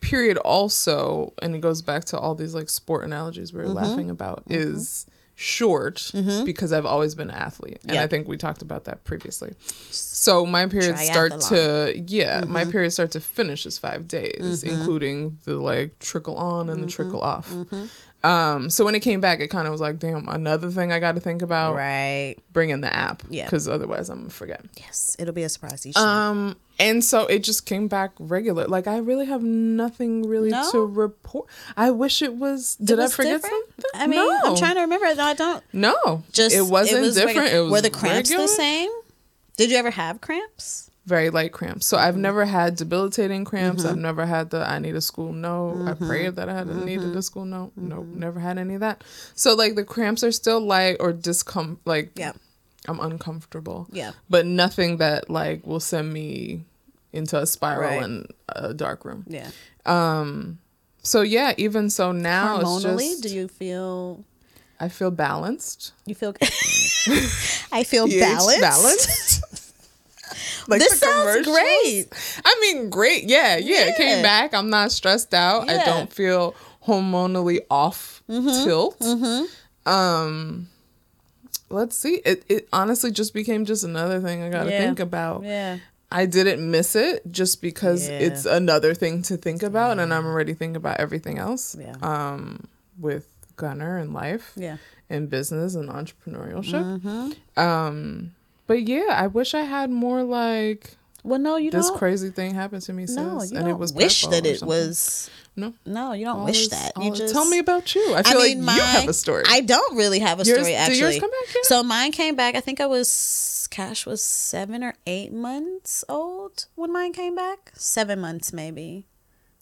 Speaker 1: period also, and it goes back to all these like sport analogies we were
Speaker 2: Mm-hmm.
Speaker 1: laughing about, is short because I've always been an athlete, and I
Speaker 2: Yeah.
Speaker 1: think we talked about that previously. So my periods start to yeah, my
Speaker 2: Mm-hmm.
Speaker 1: periods start to finish is five days, including the like trickle on
Speaker 2: Mm-hmm.
Speaker 1: and the trickle off. Um, so when it came back, it kind of was like, damn, another thing I got to think about.
Speaker 2: Right.
Speaker 1: Bring in the app,
Speaker 2: Yeah.
Speaker 1: because otherwise I'm gonna forget.
Speaker 2: Yes. It'll be a surprise each time.
Speaker 1: Um, and so it just came back regular. Like I really have nothing really
Speaker 2: No?
Speaker 1: to report. I wish it was. Did I
Speaker 2: was
Speaker 1: forget
Speaker 2: different?
Speaker 1: something?
Speaker 2: I mean,
Speaker 1: no.
Speaker 2: I'm trying to remember. No, I don't.
Speaker 1: No,
Speaker 2: Just
Speaker 1: it wasn't
Speaker 2: was regu-
Speaker 1: different. It was
Speaker 2: were the cramps
Speaker 1: regular,
Speaker 2: the same? Did you ever have cramps?
Speaker 1: Very light cramps. So
Speaker 2: Mm-hmm.
Speaker 1: I've never had debilitating cramps. I've never had the I need a school no. I
Speaker 2: Mm-hmm.
Speaker 1: prayed that I had needed a school no. No, never had any of that. So like the cramps are still light or discom like
Speaker 2: Yeah.
Speaker 1: I'm uncomfortable.
Speaker 2: Yeah.
Speaker 1: But nothing that like will send me into a spiral
Speaker 2: Right.
Speaker 1: in a dark room.
Speaker 2: Yeah.
Speaker 1: So yeah, even so now it's
Speaker 2: Hormonally,
Speaker 1: just
Speaker 2: do you feel
Speaker 1: I feel balanced.
Speaker 2: you feel?
Speaker 1: *laughs*
Speaker 2: I feel
Speaker 1: pH
Speaker 2: balanced. *laughs*
Speaker 1: balanced. like
Speaker 2: this
Speaker 1: the
Speaker 2: sounds
Speaker 1: commercials.
Speaker 2: great.
Speaker 1: I mean, great. Yeah, yeah. It came
Speaker 2: Yeah.
Speaker 1: back. I'm not stressed out. I
Speaker 2: Yeah. Mm-hmm.
Speaker 1: don't feel hormonally off tilt. Um, let's see. It it honestly just became just another thing I got to
Speaker 2: Yeah.
Speaker 1: think about.
Speaker 2: Yeah.
Speaker 1: I didn't miss it just because
Speaker 2: Yeah.
Speaker 1: it's another thing to think about, and I'm already thinking about everything else.
Speaker 2: Yeah.
Speaker 1: Um, with Gunner and life.
Speaker 2: Yeah. Mm-hmm.
Speaker 1: And business and entrepreneurship. Um, but yeah, I wish I had more like
Speaker 2: Well, no, you
Speaker 1: this
Speaker 2: don't.
Speaker 1: crazy thing happened to me, sis,
Speaker 2: no, you
Speaker 1: and
Speaker 2: don't
Speaker 1: it was
Speaker 2: wish
Speaker 1: purple
Speaker 2: that
Speaker 1: or
Speaker 2: it
Speaker 1: something.
Speaker 2: was.
Speaker 1: No.
Speaker 2: No, you don't
Speaker 1: All
Speaker 2: wish
Speaker 1: is-
Speaker 2: that.
Speaker 1: all
Speaker 2: You
Speaker 1: is-
Speaker 2: just
Speaker 1: Oh, tell me about you. I feel like you have
Speaker 2: mine-
Speaker 1: a story.
Speaker 2: I don't really have a
Speaker 1: Yours-
Speaker 2: story
Speaker 1: did
Speaker 2: actually.
Speaker 1: yours come back yet?
Speaker 2: So mine came back. I think I was Cash was seven or eight months old when mine came back. Seven months maybe.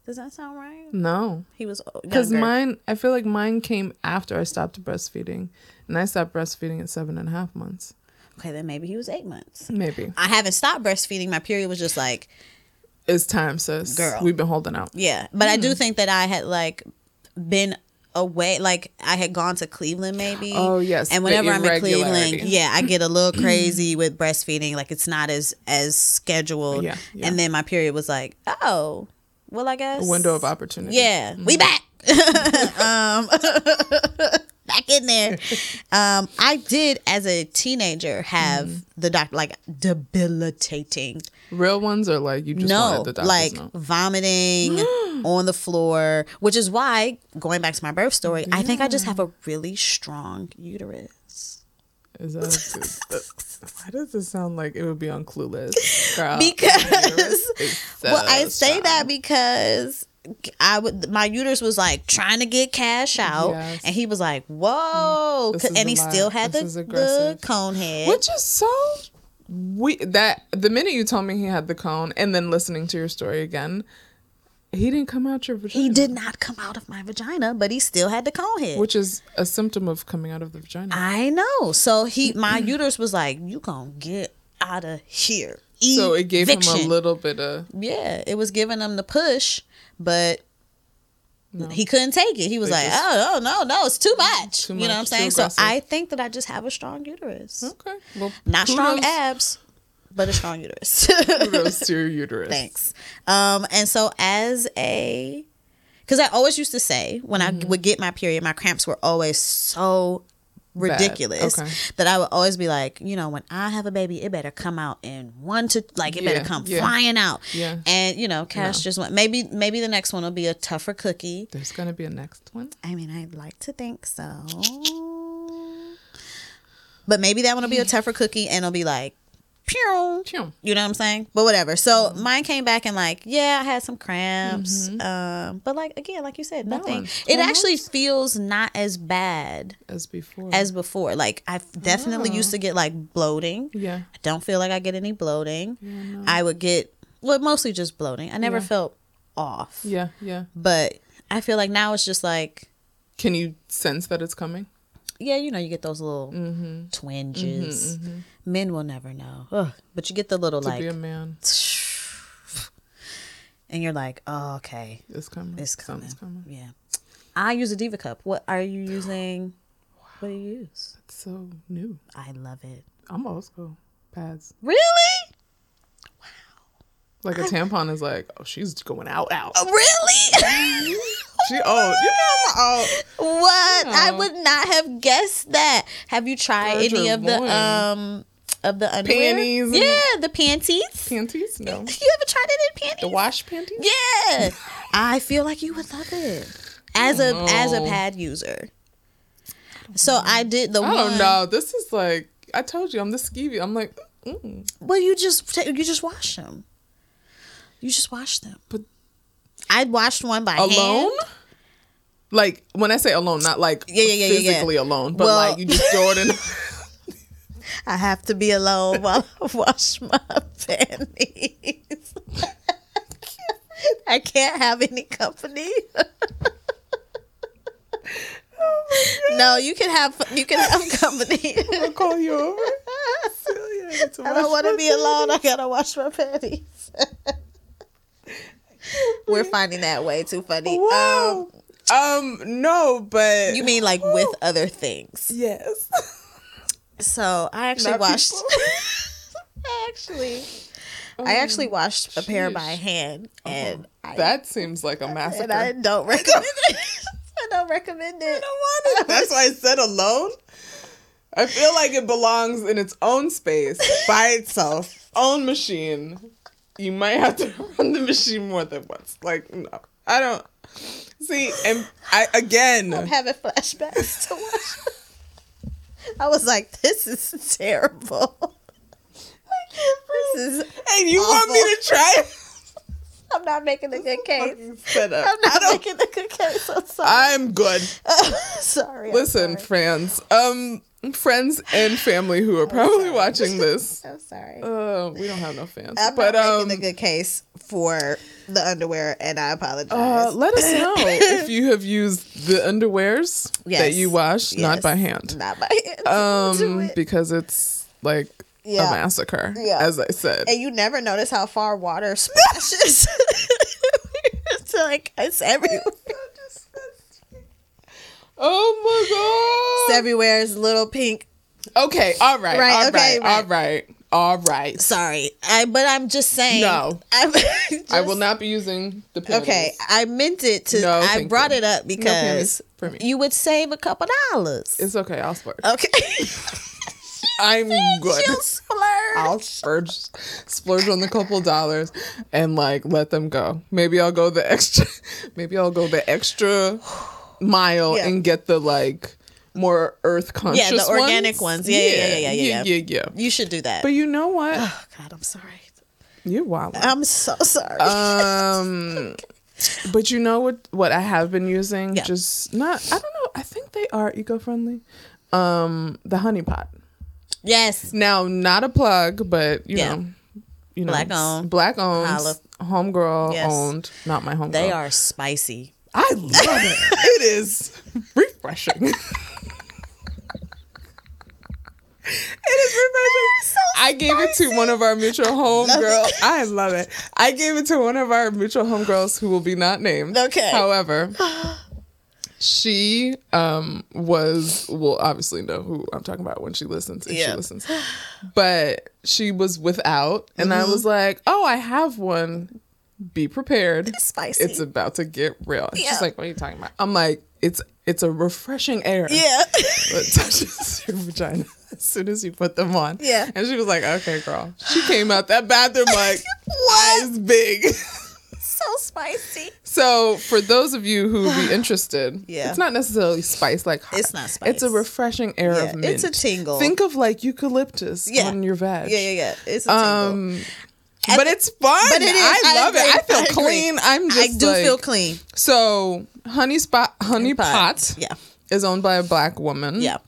Speaker 2: Does that sound right?
Speaker 1: no,
Speaker 2: He was o-
Speaker 1: because
Speaker 2: younger.
Speaker 1: mine. I feel like mine came after I stopped breastfeeding, and I stopped breastfeeding at seven and a half months,
Speaker 2: Okay, then maybe he was eight months.
Speaker 1: maybe.
Speaker 2: I haven't stopped breastfeeding. My period was just like
Speaker 1: It's time, sis.
Speaker 2: Girl.
Speaker 1: we've been holding out.
Speaker 2: Yeah, but I
Speaker 1: Hmm.
Speaker 2: do think that I had like been away, like I had gone to Cleveland maybe.
Speaker 1: Oh, yes,
Speaker 2: and
Speaker 1: the
Speaker 2: whenever I'm in Cleveland,
Speaker 1: irregularity.
Speaker 2: yeah, I get
Speaker 1: *clears throat*
Speaker 2: a little crazy with breastfeeding. Like it's not as as scheduled.
Speaker 1: Yeah, yeah.
Speaker 2: and then my period was like, oh, well, I guess
Speaker 1: A window Mm-hmm. of opportunity.
Speaker 2: yeah, we back. *laughs* um, *laughs* back in there.
Speaker 1: *laughs*
Speaker 2: Um, I did as a teenager have
Speaker 1: Mm-hmm.
Speaker 2: the doctor like debilitating
Speaker 1: real ones are like you just
Speaker 2: no,
Speaker 1: wanted the doctor's
Speaker 2: like
Speaker 1: note. *gasps*
Speaker 2: vomiting on the floor, which is why going back to my birth story, I think I just have a really strong uterus.
Speaker 1: Is
Speaker 2: *laughs*
Speaker 1: that uh, why does this sound like it would be on Clueless? Girl, *laughs*
Speaker 2: Because
Speaker 1: it's so
Speaker 2: *laughs* well, I say
Speaker 1: strong.
Speaker 2: that because I would my uterus was like trying to get cash out,
Speaker 1: Yes.
Speaker 2: and he was like, "Whoa,"
Speaker 1: This
Speaker 2: 'cause-
Speaker 1: is
Speaker 2: and
Speaker 1: a
Speaker 2: he
Speaker 1: lot.
Speaker 2: still had
Speaker 1: This
Speaker 2: the,
Speaker 1: is
Speaker 2: the
Speaker 1: aggressive.
Speaker 2: cone head.
Speaker 1: which is so we that the minute you told me he had the cone and then listening to your story again he didn't come out your vagina
Speaker 2: he did not come out of my vagina, but he still had the cone head.
Speaker 1: which is a symptom of coming out of the vagina
Speaker 2: I know. So
Speaker 1: *clears throat*
Speaker 2: he, my uterus was like, "You gonna get out of here."
Speaker 1: so it gave him
Speaker 2: Eviction.
Speaker 1: a little bit of
Speaker 2: Yeah, it was giving him the push, but he couldn't take it. He was
Speaker 1: They
Speaker 2: like,
Speaker 1: just- Mm-hmm.
Speaker 2: "Oh no, no, no! It's too much."
Speaker 1: Too
Speaker 2: you know what I'm
Speaker 1: much,
Speaker 2: saying?
Speaker 1: too
Speaker 2: So
Speaker 1: aggressive.
Speaker 2: I think that I just have a strong uterus,
Speaker 1: okay well
Speaker 2: not strong
Speaker 1: kudos-
Speaker 2: abs, but a strong uterus. *laughs*
Speaker 1: kudos to your uterus
Speaker 2: Thanks. Um, and so as a, because I always used to say when
Speaker 1: Mm-hmm.
Speaker 2: I would get my period, my cramps were always so ridiculous
Speaker 1: Okay.
Speaker 2: that I would always be like, you know, when I have a baby, it better come out in one to like it better
Speaker 1: Yeah,
Speaker 2: come
Speaker 1: yeah.
Speaker 2: flying out.
Speaker 1: Yeah.
Speaker 2: And you know, Cash just went. Maybe maybe the next one will be a tougher cookie.
Speaker 1: there's gonna be a next one
Speaker 2: I mean, I'd like to think so. But maybe that one will
Speaker 1: *laughs*
Speaker 2: be a tougher cookie and it'll be like, pew.
Speaker 1: Chum.
Speaker 2: You know what I'm saying? But whatever. So
Speaker 1: Mm-hmm.
Speaker 2: mine came back and like, yeah, I had some cramps. Um, but like again, like you said, nothing.
Speaker 1: Balance.
Speaker 2: It actually feels not as bad
Speaker 1: as before
Speaker 2: as before. Like I definitely used to get like bloating.
Speaker 1: yeah
Speaker 2: I don't feel like I get any bloating. I would get well, mostly just bloating. I never
Speaker 1: Yeah.
Speaker 2: felt off.
Speaker 1: yeah yeah
Speaker 2: But I feel like now it's just like
Speaker 1: can you sense that it's coming
Speaker 2: yeah, you know, you get those little
Speaker 1: Mm-hmm.
Speaker 2: twinges. Men will never know. Ugh. But you get the little
Speaker 1: to
Speaker 2: like
Speaker 1: be a man
Speaker 2: *sighs* and you're like, oh, okay,
Speaker 1: it's coming
Speaker 2: it's coming.
Speaker 1: Something's coming
Speaker 2: Yeah. I use a Diva cup. What are you using? What do you use?
Speaker 1: it's so new
Speaker 2: I love it.
Speaker 1: i'm old school pads
Speaker 2: Really? *laughs*
Speaker 1: like a tampon is like oh she's going out out
Speaker 2: Oh. Really? *laughs*
Speaker 1: she old you know i'm old
Speaker 2: what? I
Speaker 1: No.
Speaker 2: would not have guessed that. Have you tried
Speaker 1: Gird
Speaker 2: any
Speaker 1: your
Speaker 2: of the
Speaker 1: loin.
Speaker 2: um of the underwear?
Speaker 1: Panties and-
Speaker 2: Yeah, the panties.
Speaker 1: panties? No.
Speaker 2: *laughs* you ever tried it in panties?
Speaker 1: The wash panties?
Speaker 2: Yeah. I feel like you would love it. As a as a
Speaker 1: know.
Speaker 2: pad user. So I did the
Speaker 1: I
Speaker 2: one-
Speaker 1: don't know. This is like I told you, I'm the skeevy. I'm like, mm.
Speaker 2: Well, you just ta- you just wash them. You just wash them.
Speaker 1: But-
Speaker 2: I washed one by
Speaker 1: alone?
Speaker 2: hand.
Speaker 1: Like when I say alone, not like
Speaker 2: Yeah, yeah, yeah, yeah, yeah.
Speaker 1: physically alone, but
Speaker 2: Well-
Speaker 1: like you just throw it
Speaker 2: *laughs*
Speaker 1: in.
Speaker 2: I have to be alone while I *laughs* wash my panties. *laughs* I can't have any company. *laughs*
Speaker 1: Oh
Speaker 2: no, you can have you can have company. *laughs*
Speaker 1: I'll *laughs* call you over. Celia, I, need to
Speaker 2: I
Speaker 1: wash
Speaker 2: don't want to
Speaker 1: my
Speaker 2: be alone. I gotta wash my panties. *laughs* We're finding that way too funny. Um,
Speaker 1: Wow. Um, no, but
Speaker 2: you mean like with other things?
Speaker 1: *gasps* yes.
Speaker 2: So I actually
Speaker 1: Not *laughs*
Speaker 2: washed. *laughs*
Speaker 1: people.
Speaker 2: I actually, I actually washed a pair by
Speaker 1: Um, sheesh. Uh-huh.
Speaker 2: hand, and I
Speaker 1: that seems like a massacre. *laughs*
Speaker 2: and I don't *laughs* recommend it. don't recommend it. *laughs*
Speaker 1: That's why I said alone. I feel like it belongs in its own space by itself, own machine. You might have to *laughs* run the machine more than once. Like no, I don't see. And I
Speaker 2: I'm
Speaker 1: again,
Speaker 2: having flashbacks
Speaker 1: *laughs*
Speaker 2: to watch. *laughs* I was like, this is terrible. *laughs* this is.
Speaker 1: and you want me to try it?
Speaker 2: I'm not making a good case.
Speaker 1: *laughs* Fucking setup.
Speaker 2: I'm
Speaker 1: I
Speaker 2: not
Speaker 1: don't.
Speaker 2: making a good case.
Speaker 1: *laughs*
Speaker 2: I'm sorry.
Speaker 1: I'm good.
Speaker 2: *laughs* sorry. I'm
Speaker 1: Listen,
Speaker 2: sorry.
Speaker 1: friends, um, friends and family who
Speaker 2: Oh,
Speaker 1: are probably
Speaker 2: *laughs*
Speaker 1: watching this.
Speaker 2: I'm sorry.
Speaker 1: Uh, we don't have no fans,
Speaker 2: I'm
Speaker 1: but
Speaker 2: not
Speaker 1: um,
Speaker 2: making a good case for the underwear, and I apologize.
Speaker 1: Uh, let
Speaker 2: *laughs*
Speaker 1: us know if you have used the underwears that
Speaker 2: Yes.
Speaker 1: you wash,
Speaker 2: *laughs*
Speaker 1: not
Speaker 2: Yes.
Speaker 1: by hand,
Speaker 2: not my *laughs* hands. do
Speaker 1: um,
Speaker 2: it.
Speaker 1: because it's like
Speaker 2: Yeah.
Speaker 1: a massacre,
Speaker 2: Yeah.
Speaker 1: as I said.
Speaker 2: and you never notice how far water splashes. *laughs* it's like it's everywhere.
Speaker 1: Oh
Speaker 2: It's
Speaker 1: my
Speaker 2: everywhere. It's little pink.
Speaker 1: god! Okay, all right,
Speaker 2: Right,
Speaker 1: all
Speaker 2: okay,
Speaker 1: right, all right, all right.
Speaker 2: Sorry, I, but I'm just saying.
Speaker 1: No.
Speaker 2: I'm *laughs*
Speaker 1: I
Speaker 2: just-
Speaker 1: will not be using the panties.
Speaker 2: Okay, I meant it to.
Speaker 1: No,
Speaker 2: I
Speaker 1: thank
Speaker 2: brought
Speaker 1: you.
Speaker 2: it up because
Speaker 1: panties for me.
Speaker 2: you would save a couple dollars.
Speaker 1: it's okay. I'll splurge.
Speaker 2: okay,
Speaker 1: *laughs*
Speaker 2: *laughs*
Speaker 1: I'm good.
Speaker 2: she'll splurge. *laughs*
Speaker 1: I'll splurge, splurge on the couple dollars, and like let them go. Maybe I'll go the extra. *laughs* Maybe I'll go the extra mile
Speaker 2: Yeah.
Speaker 1: and get the like more earth conscious.
Speaker 2: organic ones. Yeah, yeah, yeah, yeah, yeah,
Speaker 1: yeah, yeah, yeah.
Speaker 2: you should do that.
Speaker 1: But you know
Speaker 2: *gasps*
Speaker 1: what?
Speaker 2: oh God, I'm sorry.
Speaker 1: You're wild.
Speaker 2: I'm so sorry.
Speaker 1: Uh, Um, but you know what? What I have been using,
Speaker 2: Yeah.
Speaker 1: just not. I don't know. I think they are eco friendly. Um, the honey pot.
Speaker 2: yes,
Speaker 1: Now, not a plug, but you
Speaker 2: Yeah.
Speaker 1: know, you know,
Speaker 2: Black owned.
Speaker 1: black owned,
Speaker 2: Holla.
Speaker 1: homegirl
Speaker 2: Yes.
Speaker 1: owned, not my homegirl.
Speaker 2: they are spicy.
Speaker 1: I love
Speaker 2: *laughs*
Speaker 1: it. it is refreshing. it is refreshing. I gave it to one of our mutual homegirls. I love it. I gave it to one of our mutual homegirls who will be not named.
Speaker 2: Okay. *sighs*
Speaker 1: However, she um was will obviously know who I'm talking about when she listens. If
Speaker 2: Yeah.
Speaker 1: she listens. But she was without and
Speaker 2: Mm-hmm.
Speaker 1: I was like, Oh, I have one. Be prepared.
Speaker 2: It's spicy.
Speaker 1: It's about to get real. And
Speaker 2: Yeah.
Speaker 1: She's like, What are you talking about? I'm like, it's it's a refreshing air
Speaker 2: Yeah.
Speaker 1: that touches *laughs* your vagina as soon as you put them on.
Speaker 2: Yeah.
Speaker 1: And she was like, Okay, girl. She came out that bathroom *laughs*
Speaker 2: *laughs*
Speaker 1: like eyes big.
Speaker 2: so spicy.
Speaker 1: So, for those of you who
Speaker 2: *sighs*
Speaker 1: would be interested,
Speaker 2: Yeah.
Speaker 1: it's not necessarily spice like hot.
Speaker 2: It's not spice.
Speaker 1: It's a refreshing air
Speaker 2: Yeah,
Speaker 1: of mint.
Speaker 2: it's a tingle.
Speaker 1: Think of like eucalyptus
Speaker 2: Yeah.
Speaker 1: on your vag.
Speaker 2: Yeah, yeah, yeah. It's a tingle.
Speaker 1: Um, but it's fun.
Speaker 2: But it is.
Speaker 1: I,
Speaker 2: I
Speaker 1: love
Speaker 2: agree.
Speaker 1: it. I feel
Speaker 2: I agree.
Speaker 1: clean. I'm
Speaker 2: I
Speaker 1: just
Speaker 2: do
Speaker 1: like-
Speaker 2: feel clean.
Speaker 1: so. Honey spot, honey pot,
Speaker 2: Yeah.
Speaker 1: is owned by a black woman.
Speaker 2: Yeah.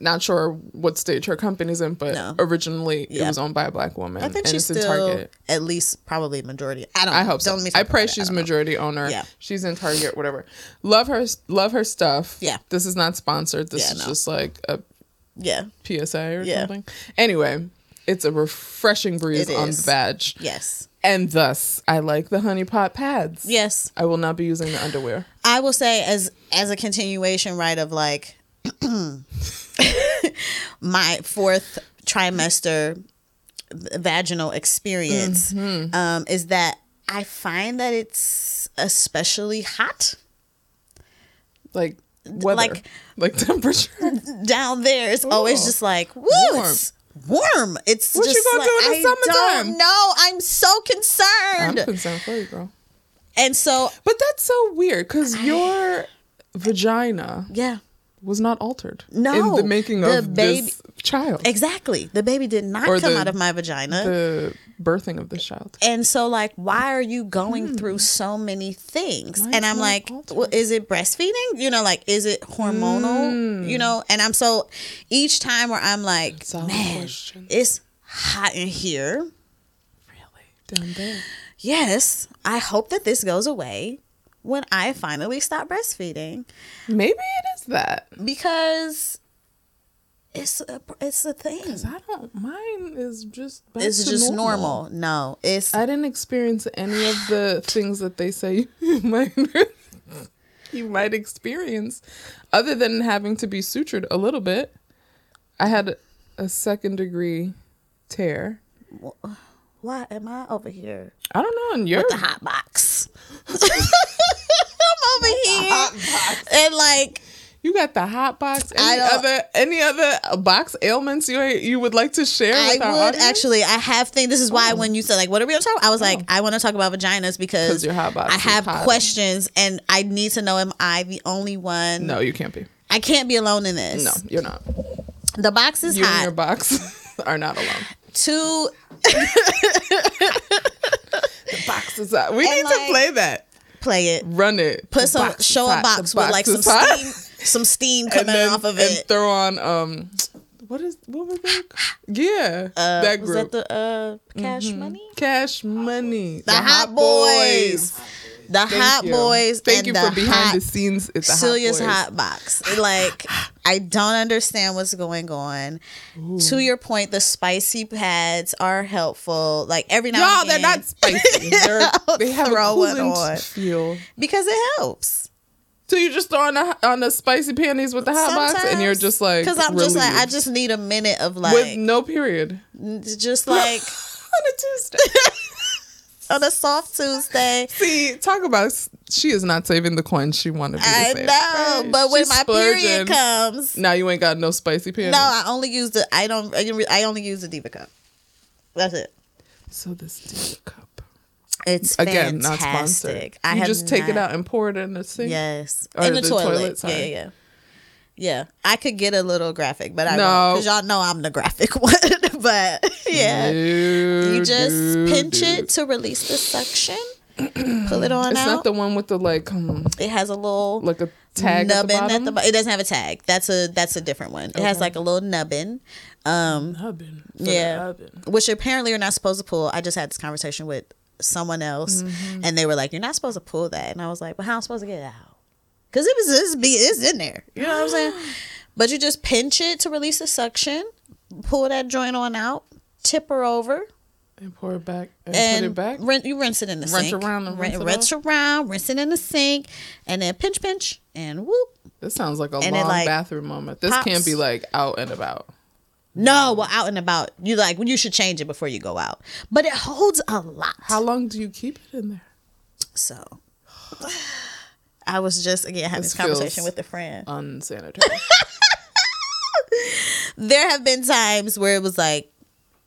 Speaker 1: Not sure what stage her company's in, but
Speaker 2: No.
Speaker 1: originally it
Speaker 2: Yeah.
Speaker 1: was owned by a black woman.
Speaker 2: I think
Speaker 1: and
Speaker 2: she's
Speaker 1: it's in
Speaker 2: still
Speaker 1: Target.
Speaker 2: at least probably majority. I don't.
Speaker 1: I hope so.
Speaker 2: Don't
Speaker 1: I pray she's majority owner.
Speaker 2: Yeah.
Speaker 1: She's in Target, whatever. Love her love her stuff.
Speaker 2: Yeah.
Speaker 1: This is not sponsored. This
Speaker 2: Yeah,
Speaker 1: is
Speaker 2: no.
Speaker 1: just like a
Speaker 2: Yeah.
Speaker 1: PSA or
Speaker 2: Yeah.
Speaker 1: something. Anyway, it's a refreshing breeze
Speaker 2: It
Speaker 1: on the
Speaker 2: is.
Speaker 1: badge.
Speaker 2: Yes.
Speaker 1: And thus I like the honey pot pads.
Speaker 2: Yes.
Speaker 1: I will not be using the underwear.
Speaker 2: I will say as as a continuation, right, of like *clears throat* my fourth trimester vaginal experience
Speaker 1: Mm-hmm.
Speaker 2: um, is that I find that it's especially hot
Speaker 1: Like weather. Like, *laughs*
Speaker 2: like-
Speaker 1: temperature. what
Speaker 2: down there. It's always
Speaker 1: Ooh.
Speaker 2: just like woo.
Speaker 1: Warm.
Speaker 2: It's, Warm. It's
Speaker 1: What you
Speaker 2: just
Speaker 1: gonna
Speaker 2: like,
Speaker 1: do in the
Speaker 2: I
Speaker 1: summertime?
Speaker 2: don't know. I'm so
Speaker 1: I'm
Speaker 2: concerned.
Speaker 1: concerned for you, girl.
Speaker 2: and so
Speaker 1: But that's so weird because your vagina
Speaker 2: yeah,
Speaker 1: was not altered in
Speaker 2: No,
Speaker 1: the making
Speaker 2: the
Speaker 1: of
Speaker 2: baby-
Speaker 1: this child.
Speaker 2: Exactly. The baby did not
Speaker 1: Or
Speaker 2: come
Speaker 1: the-
Speaker 2: out of my vagina.
Speaker 1: the birthing of this child.
Speaker 2: and so like why are you
Speaker 1: Hmm.
Speaker 2: going through so many things
Speaker 1: Mine's
Speaker 2: and i'm
Speaker 1: not
Speaker 2: like
Speaker 1: altered.
Speaker 2: well, is it breastfeeding you know like is it hormonal you know and i'm so each time where i'm like
Speaker 1: Hmm. all the
Speaker 2: man
Speaker 1: questions."
Speaker 2: it's hot in here
Speaker 1: Down there.
Speaker 2: yes i hope that this goes away when i finally stop breastfeeding
Speaker 1: Maybe it is that.
Speaker 2: because it's a, it's a thing
Speaker 1: I don't. Mine is just. back
Speaker 2: it's
Speaker 1: to
Speaker 2: just normal. no it's
Speaker 1: I didn't experience any of
Speaker 2: *sighs*
Speaker 1: the things that they say *laughs* you might you might experience, other than having to be sutured a little bit. I had a second degree tear.
Speaker 2: why am i over here *laughs*
Speaker 1: I don't know. And you're
Speaker 2: the hot box. I'm over I mean? And like,
Speaker 1: You got the hot box.
Speaker 2: I
Speaker 1: Any
Speaker 2: don't-
Speaker 1: other any other box ailments you you would like to share
Speaker 2: I
Speaker 1: with our
Speaker 2: would
Speaker 1: audience?
Speaker 2: actually. I have things. This is
Speaker 1: Oh.
Speaker 2: why when you said like, "What are we gonna talk?" about? I was like, "I want to talk about vaginas
Speaker 1: 'Cause
Speaker 2: because
Speaker 1: Oh. your hot box
Speaker 2: I
Speaker 1: is
Speaker 2: have
Speaker 1: hot.
Speaker 2: questions and I need to know: Am I the only one?
Speaker 1: no, you can't be.
Speaker 2: I can't be alone in this.
Speaker 1: No, you're not.
Speaker 2: the box is
Speaker 1: You and your
Speaker 2: hot.
Speaker 1: box *laughs* are not alone.
Speaker 2: Two.
Speaker 1: Box is hot. We need to
Speaker 2: like-
Speaker 1: play that.
Speaker 2: Play it.
Speaker 1: Run it. The
Speaker 2: Put some.
Speaker 1: box is
Speaker 2: show a
Speaker 1: hot. The
Speaker 2: box with like
Speaker 1: is
Speaker 2: some
Speaker 1: hot.
Speaker 2: steam. Some steam coming
Speaker 1: then-
Speaker 2: off of
Speaker 1: and
Speaker 2: it.
Speaker 1: throw on um, what is what was that? Yeah,
Speaker 2: Uh,
Speaker 1: that
Speaker 2: was
Speaker 1: group.
Speaker 2: that the uh, cash
Speaker 1: Mm-hmm.
Speaker 2: money?
Speaker 1: Cash Money.
Speaker 2: The, Hot Boys. The Hot
Speaker 1: you.
Speaker 2: Boys.
Speaker 1: Thank
Speaker 2: and
Speaker 1: you
Speaker 2: the
Speaker 1: for behind
Speaker 2: hot
Speaker 1: the scenes at the
Speaker 2: Celia's
Speaker 1: Hot
Speaker 2: hot box. Like I don't understand what's going on. To your point, the spicy pads are helpful. Like every now
Speaker 1: Boys. Y'all,
Speaker 2: and
Speaker 1: they're
Speaker 2: then,
Speaker 1: not spicy.
Speaker 2: *laughs*
Speaker 1: They're, they have a
Speaker 2: Throw it
Speaker 1: coolant
Speaker 2: on.
Speaker 1: feel.
Speaker 2: because it helps.
Speaker 1: So you just throw on the on the spicy panties with the hot box, and you're just like
Speaker 2: because I'm just like I
Speaker 1: relieved.
Speaker 2: just need a minute of
Speaker 1: with
Speaker 2: like
Speaker 1: no period *laughs*
Speaker 2: just like
Speaker 1: on a Tuesday.
Speaker 2: on a soft Tuesday.
Speaker 1: *laughs* See, talk about s- she is not saving the coin she wanted me to
Speaker 2: I
Speaker 1: save.
Speaker 2: know, but when
Speaker 1: She's
Speaker 2: my
Speaker 1: splurging.
Speaker 2: period comes,
Speaker 1: Now you ain't got no spicy panties.
Speaker 2: no, I only use the I don't I only use the diva cup. That's it.
Speaker 1: So this diva cup.
Speaker 2: It's
Speaker 1: Again,
Speaker 2: fantastic.
Speaker 1: not sponsored.
Speaker 2: I
Speaker 1: you
Speaker 2: have
Speaker 1: just take it
Speaker 2: not-
Speaker 1: out and pour it in the sink.
Speaker 2: Yes,
Speaker 1: Or
Speaker 2: in the,
Speaker 1: the
Speaker 2: toilet.
Speaker 1: toilet,
Speaker 2: yeah, yeah,
Speaker 1: sorry.
Speaker 2: yeah. Yeah, I could get a little graphic, but I
Speaker 1: No.
Speaker 2: no, because y'all know I'm the graphic *laughs* one. but yeah, you just pinch it to release the suction. pull it on
Speaker 1: It's
Speaker 2: out.
Speaker 1: not the one with the like, um,
Speaker 2: it has a little
Speaker 1: like a tag at the
Speaker 2: nubbin
Speaker 1: bottom.
Speaker 2: at the bottom. It doesn't have a tag. That's a that's a different one. It has like a little nubbin. Um,
Speaker 1: Nubbin. For the
Speaker 2: yeah,
Speaker 1: nubbin.
Speaker 2: which apparently you're not supposed to pull. I just had this conversation with someone else,
Speaker 1: Mm-hmm.
Speaker 2: and they were like, "You're not supposed to pull that," and I was like, "Well, how am I supposed to get it out? Because it was it's be it's in there. You know what
Speaker 1: *gasps*
Speaker 2: I'm saying? But you just pinch it to release the suction, pull that joint on out, tip her over,
Speaker 1: And pour it back and,
Speaker 2: and
Speaker 1: put it back.
Speaker 2: rin- you rinse it in the
Speaker 1: Rinse
Speaker 2: sink.
Speaker 1: around and
Speaker 2: Rin-
Speaker 1: rinse it
Speaker 2: rinse around, rinse it in the sink, and then pinch, pinch, and whoop.
Speaker 1: This sounds like a long
Speaker 2: and it, like,
Speaker 1: bathroom moment. This
Speaker 2: pops.
Speaker 1: can't be like out and about.
Speaker 2: No, well, out and about. You like you should change it before you go out, but it holds a lot.
Speaker 1: How long do you keep it in there?
Speaker 2: So I was just again having
Speaker 1: This
Speaker 2: this conversation
Speaker 1: feels-
Speaker 2: with a friend.
Speaker 1: Unsanitary. *laughs*
Speaker 2: There have been times where it was like,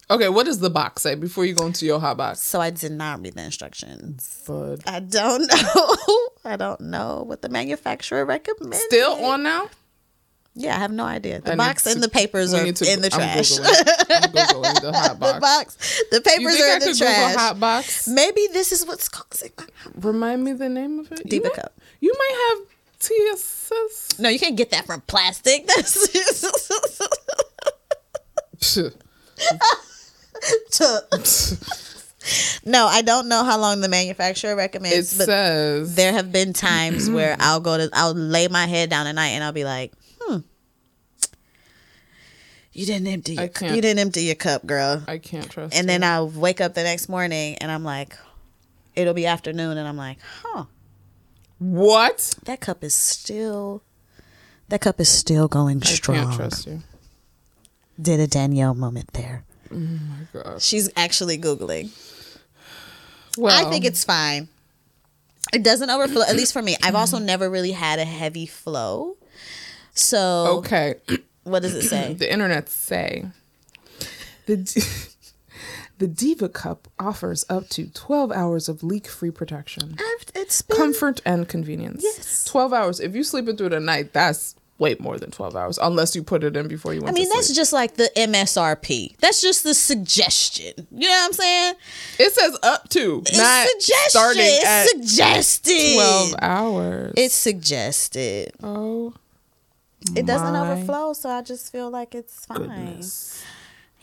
Speaker 1: okay, what does the box say before you go into your hot box?
Speaker 2: so I did not read the instructions.
Speaker 1: Bud.
Speaker 2: I don't *laughs* know. I don't know what the manufacturer recommends.
Speaker 1: Still on now?
Speaker 2: Yeah, I have no idea.
Speaker 1: I
Speaker 2: The
Speaker 1: need
Speaker 2: box and
Speaker 1: to-
Speaker 2: the papers
Speaker 1: we
Speaker 2: are
Speaker 1: need to-
Speaker 2: in the
Speaker 1: I'm
Speaker 2: trash.
Speaker 1: Googling. I'm Googling the hot
Speaker 2: *laughs* the
Speaker 1: box.
Speaker 2: box, the papers
Speaker 1: You think
Speaker 2: are
Speaker 1: I
Speaker 2: in
Speaker 1: could
Speaker 2: the
Speaker 1: Google
Speaker 2: trash.
Speaker 1: hot box?
Speaker 2: Maybe this is what's causing.
Speaker 1: *laughs*
Speaker 2: my-
Speaker 1: Remind me the name of it. you
Speaker 2: Diva
Speaker 1: might,
Speaker 2: Cup.
Speaker 1: You might have TSS.
Speaker 2: No, you can't get that from
Speaker 1: *laughs*
Speaker 2: plastic. That's
Speaker 1: Psh,
Speaker 2: *laughs* no, I don't know how long the manufacturer recommends.
Speaker 1: It
Speaker 2: but
Speaker 1: says
Speaker 2: there have been
Speaker 1: *clears throat*
Speaker 2: times where I'll go to I'll lay my head down at night and I'll be like, hmm. You didn't empty your
Speaker 1: I
Speaker 2: cu-
Speaker 1: can't.
Speaker 2: you didn't empty your cup, girl.
Speaker 1: I can't trust.
Speaker 2: And then I'll wake up the next morning and I'm like, it'll be afternoon and I'm like, huh,
Speaker 1: what?
Speaker 2: that cup is still that cup is still going
Speaker 1: I can't
Speaker 2: strong.
Speaker 1: trust you.
Speaker 2: Did a Danielle moment there.
Speaker 1: My God.
Speaker 2: She's actually Googling.
Speaker 1: Well,
Speaker 2: I think it's fine. It doesn't overflow, at least for me. I've also never really had a heavy flow. So *clears throat*
Speaker 1: okay.
Speaker 2: what does it say?
Speaker 1: the internet say the d- *laughs* the Diva Cup offers up to twelve hours of leak-free protection,
Speaker 2: It's
Speaker 1: comfort, and convenience.
Speaker 2: Yes.
Speaker 1: Twelve hours. If you sleep it through the night, that's way more than twelve hours, unless you put it in before you
Speaker 2: I
Speaker 1: went.
Speaker 2: mean,
Speaker 1: to
Speaker 2: that's
Speaker 1: sleep.
Speaker 2: just like the MSRP. That's just the suggestion. You know what I'm saying?
Speaker 1: It says up to,
Speaker 2: It's
Speaker 1: not
Speaker 2: suggestion.
Speaker 1: starting at
Speaker 2: It's suggested.
Speaker 1: 12 hours.
Speaker 2: It's suggested.
Speaker 1: oh,
Speaker 2: It doesn't
Speaker 1: My
Speaker 2: overflow, so I just feel like it's fine.
Speaker 1: goodness.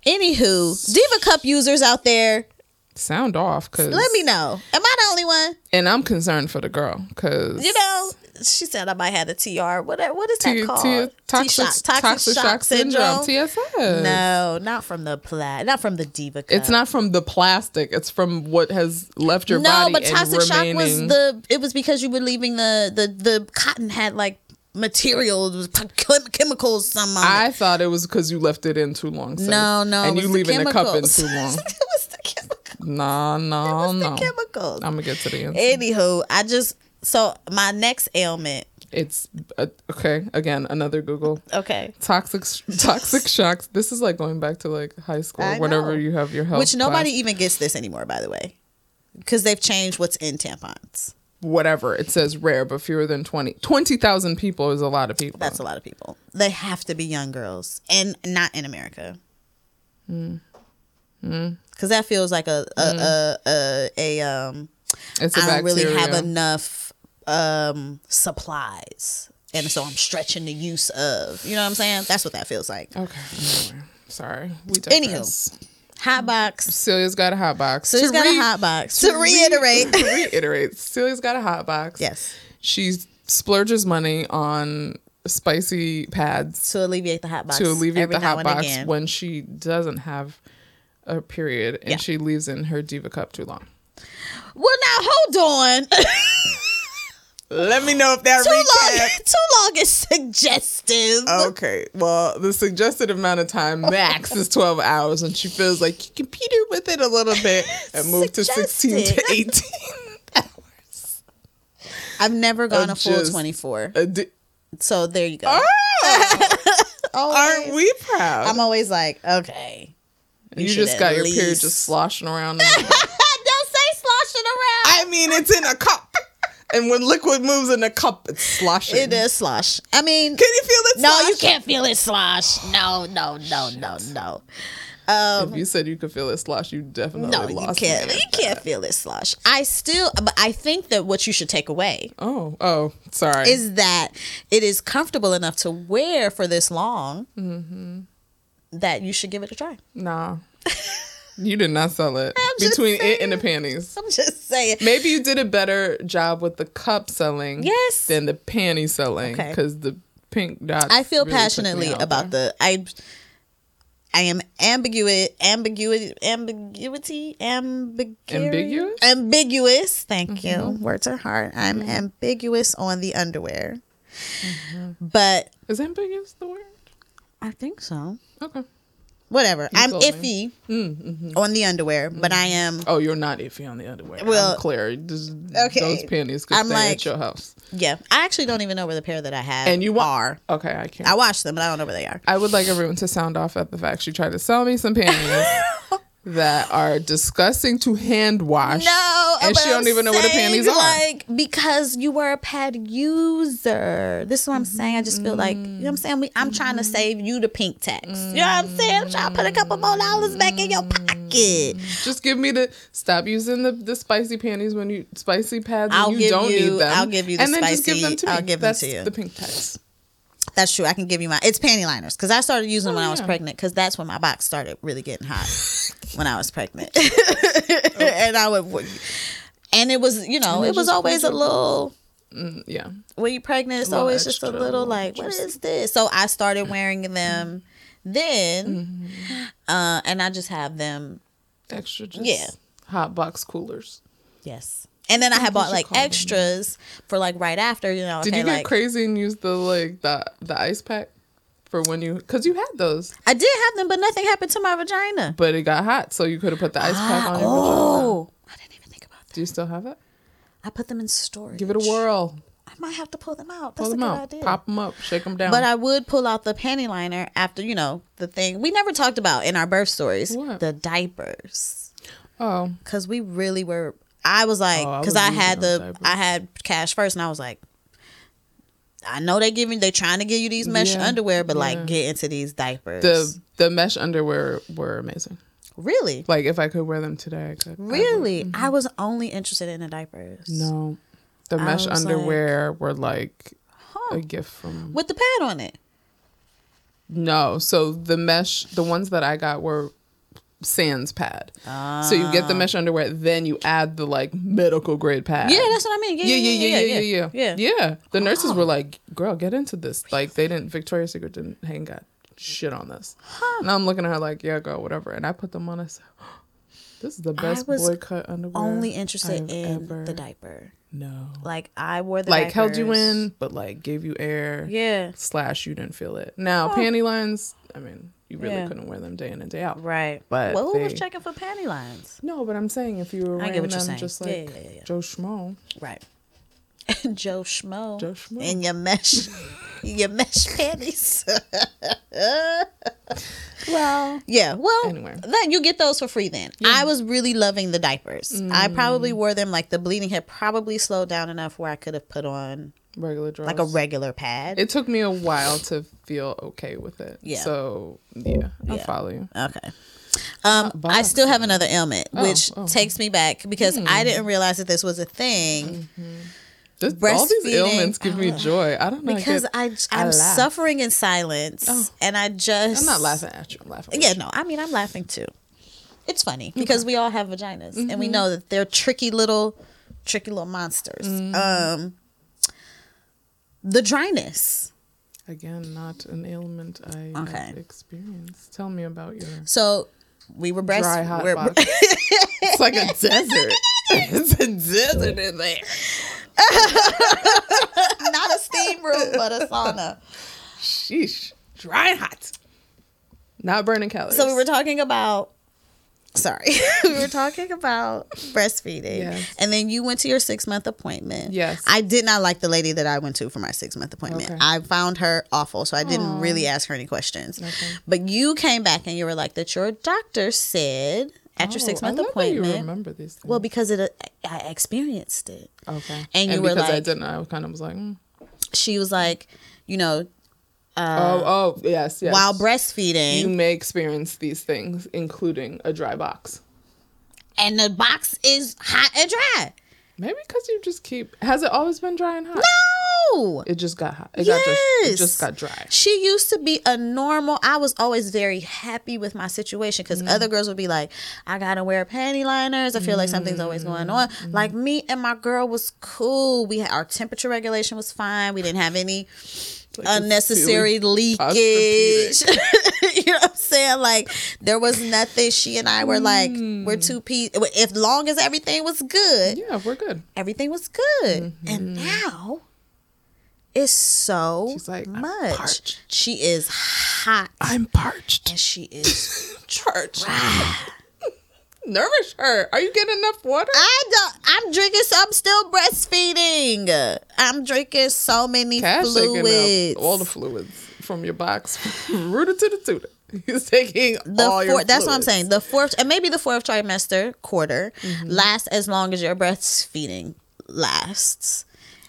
Speaker 2: Anywho, Diva Cup users out there,
Speaker 1: Sound off, cause
Speaker 2: let me know. Am I the only one?
Speaker 1: And I'm concerned for the girl, cause
Speaker 2: You know, she said I might have a TR. What, what is that
Speaker 1: T- T-
Speaker 2: called?
Speaker 1: toxic,
Speaker 2: T-shock- toxic, shock, syndrome.
Speaker 1: TSS.
Speaker 2: No, not from the plat. Not from the Diva Cup.
Speaker 1: It's not from the plastic. It's from what has left your
Speaker 2: no,
Speaker 1: body.
Speaker 2: but
Speaker 1: and
Speaker 2: toxic shock was
Speaker 1: remaining-
Speaker 2: the. It was because you were leaving the the the cotton had like material it was p- chem- chemicals some on it.
Speaker 1: I thought it was because you left it in too long. sis.
Speaker 2: No, no, it
Speaker 1: and
Speaker 2: was
Speaker 1: you leaving the cup in
Speaker 2: chemicals.
Speaker 1: too long.
Speaker 2: *laughs* it was the chemicals. *laughs*
Speaker 1: Nah, nah,
Speaker 2: It was
Speaker 1: no.
Speaker 2: the chemicals.
Speaker 1: I'm gonna get to the end.
Speaker 2: Anywho, I just So my next ailment.
Speaker 1: It's uh, okay. Again, another Google.
Speaker 2: Okay.
Speaker 1: Toxic
Speaker 2: *laughs*
Speaker 1: toxic shocks. This is like going back to like high school.
Speaker 2: I
Speaker 1: whenever
Speaker 2: know.
Speaker 1: you have your health,
Speaker 2: Which nobody
Speaker 1: class,
Speaker 2: even gets this anymore, by the way, because they've changed what's in tampons.
Speaker 1: whatever it says, rare, but fewer than 20 20,000 people is a lot of people.
Speaker 2: That's a lot of people. They have to be young girls and not in America.
Speaker 1: Mm.
Speaker 2: Because that feels like a a, a, a, a um.
Speaker 1: it's a
Speaker 2: I don't
Speaker 1: bacteria.
Speaker 2: really have enough um supplies, and so I'm stretching the use of. You know what I'm saying? That's what that feels like.
Speaker 1: Okay. anyway. Sorry. We digress.
Speaker 2: Anywho, hot box.
Speaker 1: Celia's got a hot box.
Speaker 2: So she's
Speaker 1: To
Speaker 2: got
Speaker 1: re- *laughs*
Speaker 2: a hot box. To
Speaker 1: re-
Speaker 2: reiterate,
Speaker 1: to reiterate, Celia's got a hot box.
Speaker 2: *laughs* yes,
Speaker 1: She splurges money on spicy pads
Speaker 2: to alleviate the hot box.
Speaker 1: to alleviate
Speaker 2: every
Speaker 1: the
Speaker 2: now
Speaker 1: hot
Speaker 2: and
Speaker 1: box
Speaker 2: again.
Speaker 1: when she doesn't have a period and
Speaker 2: Yeah.
Speaker 1: she leaves in her diva cup too long.
Speaker 2: Well, now hold on. *laughs*
Speaker 1: Let me know if that
Speaker 2: too long. *laughs* Too long is suggestive.
Speaker 1: Okay, well, the suggested amount of time max is 12 hours, and she feels like you competed with it a little bit and moved to 16 to 18. *laughs*
Speaker 2: I've never gone
Speaker 1: Uh,
Speaker 2: a full
Speaker 1: just-
Speaker 2: 24.
Speaker 1: Uh, d-
Speaker 2: So there you go.
Speaker 1: Oh!
Speaker 2: *laughs*
Speaker 1: aren't we proud?
Speaker 2: I'm always
Speaker 1: *laughs*
Speaker 2: like, okay.
Speaker 1: you
Speaker 2: should
Speaker 1: just got
Speaker 2: at
Speaker 1: your period
Speaker 2: least-
Speaker 1: just sloshing around.
Speaker 2: Don't say sloshing
Speaker 1: *laughs*
Speaker 2: around.
Speaker 1: I mean, it's in a cup. And when liquid moves in a cup, it's sloshing.
Speaker 2: it is slosh. I mean,
Speaker 1: Can you feel it?
Speaker 2: no,
Speaker 1: slosh?
Speaker 2: you can't feel it slosh. No, no, no, no, no.
Speaker 1: If you said you could feel it slosh, you definitely
Speaker 2: No, you
Speaker 1: lost.
Speaker 2: can't.
Speaker 1: me.
Speaker 2: You can't feel it slosh. I still, but I think that what you should take away
Speaker 1: Oh, oh, sorry.
Speaker 2: is that it is comfortable enough to wear for this long
Speaker 1: Mm-hmm.
Speaker 2: that you should give it a try. *laughs*
Speaker 1: nah, you did not sell it
Speaker 2: just
Speaker 1: between it and the panties.
Speaker 2: I'm just saying.
Speaker 1: Maybe you did a better job with the cup selling,
Speaker 2: Yes.
Speaker 1: than the panty selling
Speaker 2: Okay.
Speaker 1: because the pink dot.
Speaker 2: I feel passionately about the I I am ambiguous ambiguity ambiguity ambiguous
Speaker 1: Ambiguous? Mm-hmm.
Speaker 2: ambiguous thank you words are hard I'm ambiguous on the underwear
Speaker 1: Mm-hmm.
Speaker 2: but
Speaker 1: the. Is ambiguous the word?
Speaker 2: I think so
Speaker 1: Okay.
Speaker 2: whatever I'm
Speaker 1: told Mm-hmm.
Speaker 2: iffy on the underwear but I am
Speaker 1: Oh, you're not iffy on the underwear. Well,
Speaker 2: Well,
Speaker 1: I'm clear. Just,
Speaker 2: okay.
Speaker 1: Those panties could
Speaker 2: I'm
Speaker 1: stay at
Speaker 2: like-
Speaker 1: your house.
Speaker 2: yeah I actually don't even know where the pair that I have
Speaker 1: And you wa-
Speaker 2: are
Speaker 1: Okay, I can't.
Speaker 2: I watched them but I don't know where they are
Speaker 1: I would like everyone to sound off at the fact she tried to sell me some panties
Speaker 2: *laughs*
Speaker 1: *laughs* that are disgusting to hand wash.
Speaker 2: No,
Speaker 1: and
Speaker 2: but
Speaker 1: she don't
Speaker 2: I'm
Speaker 1: even know where the
Speaker 2: saying,
Speaker 1: panties are.
Speaker 2: Like because you were a pad user. This is what I'm
Speaker 1: Mm-hmm.
Speaker 2: saying. I just feel like you know what I'm saying. We, I'm trying to save you the pink tax. You know what I'm
Speaker 1: Mm-hmm.
Speaker 2: saying? I'm trying to put a couple more dollars back in your pocket.
Speaker 1: Just give me the stop using the, the spicy panties when you spicy pads.
Speaker 2: I'll
Speaker 1: when you
Speaker 2: give
Speaker 1: don't
Speaker 2: you-
Speaker 1: need them.
Speaker 2: I'll give you the
Speaker 1: and then just give them to
Speaker 2: spicy-
Speaker 1: me.
Speaker 2: I'll give them
Speaker 1: That's
Speaker 2: to you.
Speaker 1: The pink pads.
Speaker 2: That's true. I can give you my. It's panty liners because I started using them when I was
Speaker 1: Oh, yeah.
Speaker 2: pregnant because that's when my box started really getting
Speaker 1: *laughs*
Speaker 2: hot when I was pregnant, *laughs* and I would. And it was, you know, it was
Speaker 1: just
Speaker 2: always a little.
Speaker 1: Mm, Yeah,
Speaker 2: when you're pregnant, it's
Speaker 1: little
Speaker 2: always just a
Speaker 1: extra,
Speaker 2: little
Speaker 1: little
Speaker 2: like, what is this? So I started wearing them then,
Speaker 1: Mm-hmm.
Speaker 2: uh, and I just have them.
Speaker 1: extra. Just
Speaker 2: Yeah.
Speaker 1: hot box coolers.
Speaker 2: Yes, and then I had bought
Speaker 1: should
Speaker 2: like
Speaker 1: call them.
Speaker 2: extras for like right after. You know,
Speaker 1: Did
Speaker 2: okay,
Speaker 1: you get
Speaker 2: like
Speaker 1: crazy and use the like the the ice pack for when you because you had those,
Speaker 2: I did have them, but nothing happened to my vagina.
Speaker 1: but it got hot, so you could have put the ice pack on. Your vagina.
Speaker 2: Ah, Oh, I didn't even think about that.
Speaker 1: Do you still have it?
Speaker 2: I put them in storage.
Speaker 1: Give it a whirl.
Speaker 2: I might have to pull them out. That's
Speaker 1: Pull
Speaker 2: a
Speaker 1: them
Speaker 2: good
Speaker 1: out.
Speaker 2: idea.
Speaker 1: Pop them up. Shake them down.
Speaker 2: But I would pull out the panty liner after you know the thing we never talked about in our birth stories,
Speaker 1: What?
Speaker 2: the diapers.
Speaker 1: oh,
Speaker 2: because we really were. I was like,
Speaker 1: Oh, I
Speaker 2: because
Speaker 1: was
Speaker 2: I,
Speaker 1: using
Speaker 2: had
Speaker 1: those
Speaker 2: the,
Speaker 1: diapers.
Speaker 2: I had cash first, and I was like, I know they giving, they trying to give you these mesh
Speaker 1: Yeah,
Speaker 2: underwear, but
Speaker 1: yeah.
Speaker 2: like get into these diapers.
Speaker 1: the the mesh underwear were amazing.
Speaker 2: really,
Speaker 1: Like if I could wear them today, I could. I would.
Speaker 2: really,
Speaker 1: Mm-hmm.
Speaker 2: I was only interested in the diapers.
Speaker 1: No, the mesh
Speaker 2: was like-
Speaker 1: underwear were like
Speaker 2: Huh.
Speaker 1: a gift from.
Speaker 2: with the pad on it.
Speaker 1: No, so the mesh, the ones that I got were sans pad. So you get the mesh underwear, then you add the like medical grade pad.
Speaker 2: Ah. Yeah, that's what I mean. Yeah,
Speaker 1: yeah, yeah, yeah, yeah, yeah,
Speaker 2: yeah.
Speaker 1: yeah. Yeah. The nurses were like, "Girl, get into this." Like they didn't. Victoria's Secret didn't hang got shit on this. And I'm looking at her like, "Yeah, girl, whatever." And I put them on. I said, "This is the best
Speaker 2: was
Speaker 1: boy cut underwear."
Speaker 2: Only interested
Speaker 1: I've
Speaker 2: in
Speaker 1: ever-
Speaker 2: the diaper.
Speaker 1: No.
Speaker 2: Like I wore the
Speaker 1: Like held you
Speaker 2: diapers.
Speaker 1: in, but like gave you air.
Speaker 2: Yeah,
Speaker 1: Slash, you didn't feel it. Now panty lines. I mean, you really
Speaker 2: Yeah.
Speaker 1: couldn't wear them day in and day out.
Speaker 2: right.
Speaker 1: But
Speaker 2: well, who was
Speaker 1: they-
Speaker 2: checking for panty lines?
Speaker 1: No, but I'm saying if you were
Speaker 2: I
Speaker 1: wearing
Speaker 2: get what you're
Speaker 1: them
Speaker 2: saying.
Speaker 1: just
Speaker 2: Yeah,
Speaker 1: like
Speaker 2: yeah, yeah, yeah.
Speaker 1: Joe Schmo,
Speaker 2: Right. *laughs* Joe Schmo.
Speaker 1: Joe Schmo.
Speaker 2: In
Speaker 1: *laughs*
Speaker 2: your mesh, your mesh panties. *laughs*
Speaker 1: Well,
Speaker 2: yeah. Well,
Speaker 1: Anyway.
Speaker 2: that you get those for free. Then I was really loving the diapers. I
Speaker 1: Mm.
Speaker 2: probably wore them like the bleeding had probably slowed down enough where I could have put on
Speaker 1: regular draws.
Speaker 2: like a regular pad.
Speaker 1: It took me a while to feel okay with it.
Speaker 2: Yeah.
Speaker 1: So yeah, I
Speaker 2: Yeah.
Speaker 1: follow you.
Speaker 2: Okay. Um, I still have another ailment,
Speaker 1: Oh,
Speaker 2: which takes me back because
Speaker 1: Hmm.
Speaker 2: I didn't realize that this was a thing
Speaker 1: Just all these
Speaker 2: Breastfeeding.
Speaker 1: ailments give me joy. I don't know I
Speaker 2: because
Speaker 1: get-
Speaker 2: I, I am
Speaker 1: laugh.
Speaker 2: suffering in silence and I just
Speaker 1: Oh. I'm not laughing at you. I'm laughing. At
Speaker 2: Yeah, no, I mean I'm laughing too. It's funny because we all have vaginas and
Speaker 1: Mm-hmm.
Speaker 2: we know that they're tricky little, tricky little monsters.
Speaker 1: Mm-hmm.
Speaker 2: Um, the dryness.
Speaker 1: you. Again, not an ailment I have
Speaker 2: Okay.
Speaker 1: experienced. Tell me about your
Speaker 2: So we were breast.
Speaker 1: dry hot
Speaker 2: we're- *laughs*
Speaker 1: box. it's like a desert. it's a desert in there.
Speaker 2: not a steam room, but a sauna.
Speaker 1: Sheesh. Dry and hot. Not burning calories.
Speaker 2: So we were talking about. Sorry, *laughs* we were talking about breastfeeding,
Speaker 1: Yes.
Speaker 2: and then you went to your six month appointment.
Speaker 1: Yes.
Speaker 2: I did not like the lady that I went to for my six month appointment.
Speaker 1: Okay.
Speaker 2: I found her awful, so I didn't really ask her any questions. But you came back and you were like that. Your doctor said at your
Speaker 1: Oh,
Speaker 2: six
Speaker 1: I
Speaker 2: month
Speaker 1: love that You
Speaker 2: appointment.
Speaker 1: remember these things.
Speaker 2: Well, because it, I experienced it.
Speaker 1: okay.
Speaker 2: and you were
Speaker 1: because I
Speaker 2: like-
Speaker 1: didn't, I kind of was like, mm.
Speaker 2: She was like, you know,
Speaker 1: oh, oh, yes, yes.
Speaker 2: Uh, while breastfeeding,
Speaker 1: you may experience these things, including a dry box.
Speaker 2: and the box is hot and dry.
Speaker 1: Maybe because you just keep. Has it always been dry and hot?
Speaker 2: No.
Speaker 1: It just got hot. It got just, it
Speaker 2: Yes.
Speaker 1: just got dry.
Speaker 2: She used to be a normal. I was always very happy with my situation because
Speaker 1: Mm-hmm.
Speaker 2: other girls would be like, I gotta wear panty liners. I feel like something's always going on.
Speaker 1: Mm-hmm.
Speaker 2: Like me and my girl was cool. We had our temperature regulation was fine. We didn't have any unnecessary leakage. *laughs* you know what I'm saying? Like there was nothing. She and I were like, we're
Speaker 1: Mm.
Speaker 2: two pe If long as everything was good,
Speaker 1: Yeah, we're good.
Speaker 2: everything was good. And now it's so
Speaker 1: Mm-hmm. She's like, "I'm
Speaker 2: much.
Speaker 1: parched."
Speaker 2: She is hot
Speaker 1: I'm parched.
Speaker 2: and she is
Speaker 1: Parched. *laughs* Nourish her. Are you getting enough water?
Speaker 2: I don't I'm drinking so I'm still breastfeeding. I'm drinking so many
Speaker 1: Cash taking
Speaker 2: fluids.
Speaker 1: up all the fluids from your box, *laughs* from rooter to the tutor. He's taking
Speaker 2: the
Speaker 1: all your
Speaker 2: fourth that's what i'm
Speaker 1: fluids. Mm-hmm.
Speaker 2: saying the fourth and maybe the fourth trimester quarter lasts as long as your breastfeeding lasts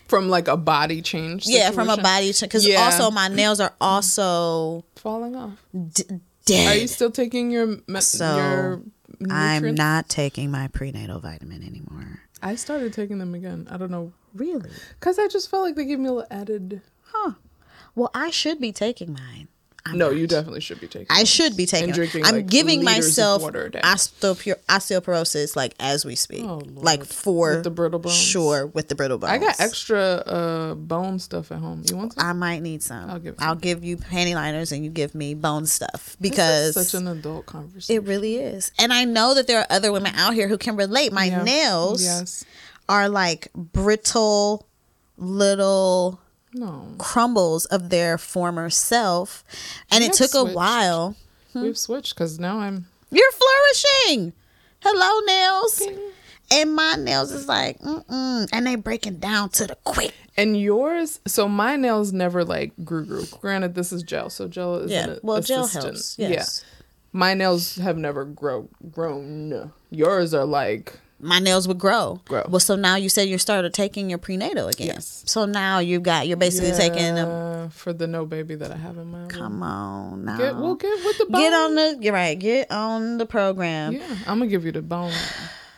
Speaker 1: From like a body change.
Speaker 2: yeah from a
Speaker 1: situation.
Speaker 2: body because
Speaker 1: Yeah.
Speaker 2: also my nails are also
Speaker 1: falling off.
Speaker 2: d- dead
Speaker 1: Are you still taking your me-
Speaker 2: So,
Speaker 1: your
Speaker 2: I'm
Speaker 1: nutrients?
Speaker 2: not taking my prenatal vitamin anymore.
Speaker 1: I started taking them again. I don't know
Speaker 2: Really?
Speaker 1: because I just felt like they gave me a little added.
Speaker 2: Huh. Well, I should be taking mine. I'm
Speaker 1: No,
Speaker 2: not.
Speaker 1: you definitely should be taking.
Speaker 2: I should be taking.
Speaker 1: And drinking,
Speaker 2: I'm
Speaker 1: like,
Speaker 2: giving
Speaker 1: liters of
Speaker 2: myself
Speaker 1: water a day.
Speaker 2: osteopor- osteoporosis, like as we speak,
Speaker 1: Oh,
Speaker 2: like
Speaker 1: Lord.
Speaker 2: for
Speaker 1: With the brittle bones?
Speaker 2: Sure, with the brittle bones.
Speaker 1: I got extra uh, bone stuff at home. You want some?
Speaker 2: I might need some. I'll
Speaker 1: I'll
Speaker 2: give,
Speaker 1: give
Speaker 2: you panty liners, and you give me bone stuff
Speaker 1: This
Speaker 2: because
Speaker 1: is such an adult conversation.
Speaker 2: it really is. And I know that there are other women out here who can relate. My
Speaker 1: Yeah.
Speaker 2: nails
Speaker 1: Yes.
Speaker 2: are like brittle little
Speaker 1: No.
Speaker 2: crumbles of their former self and it
Speaker 1: have
Speaker 2: took a
Speaker 1: switched.
Speaker 2: while
Speaker 1: We've switched because now I'm.
Speaker 2: you're flourishing hello nails and my nails is like mm-mm and they breaking down to the quick
Speaker 1: And yours, so my nails never like grew grew. Granted, this is gel, so gel is
Speaker 2: yeah
Speaker 1: an
Speaker 2: well gel
Speaker 1: assistant.
Speaker 2: helps yes
Speaker 1: my nails have never grow grown. Yours are like
Speaker 2: my nails would grow
Speaker 1: Grow.
Speaker 2: well so now you said you started taking your prenatal again
Speaker 1: Yes.
Speaker 2: so now you've got you're basically taking a
Speaker 1: Yeah, for the no baby that I have in my room.
Speaker 2: come on now
Speaker 1: Get, we'll get with the bone.
Speaker 2: Get on the you're right get on the program
Speaker 1: Yeah, I'm gonna give you the bone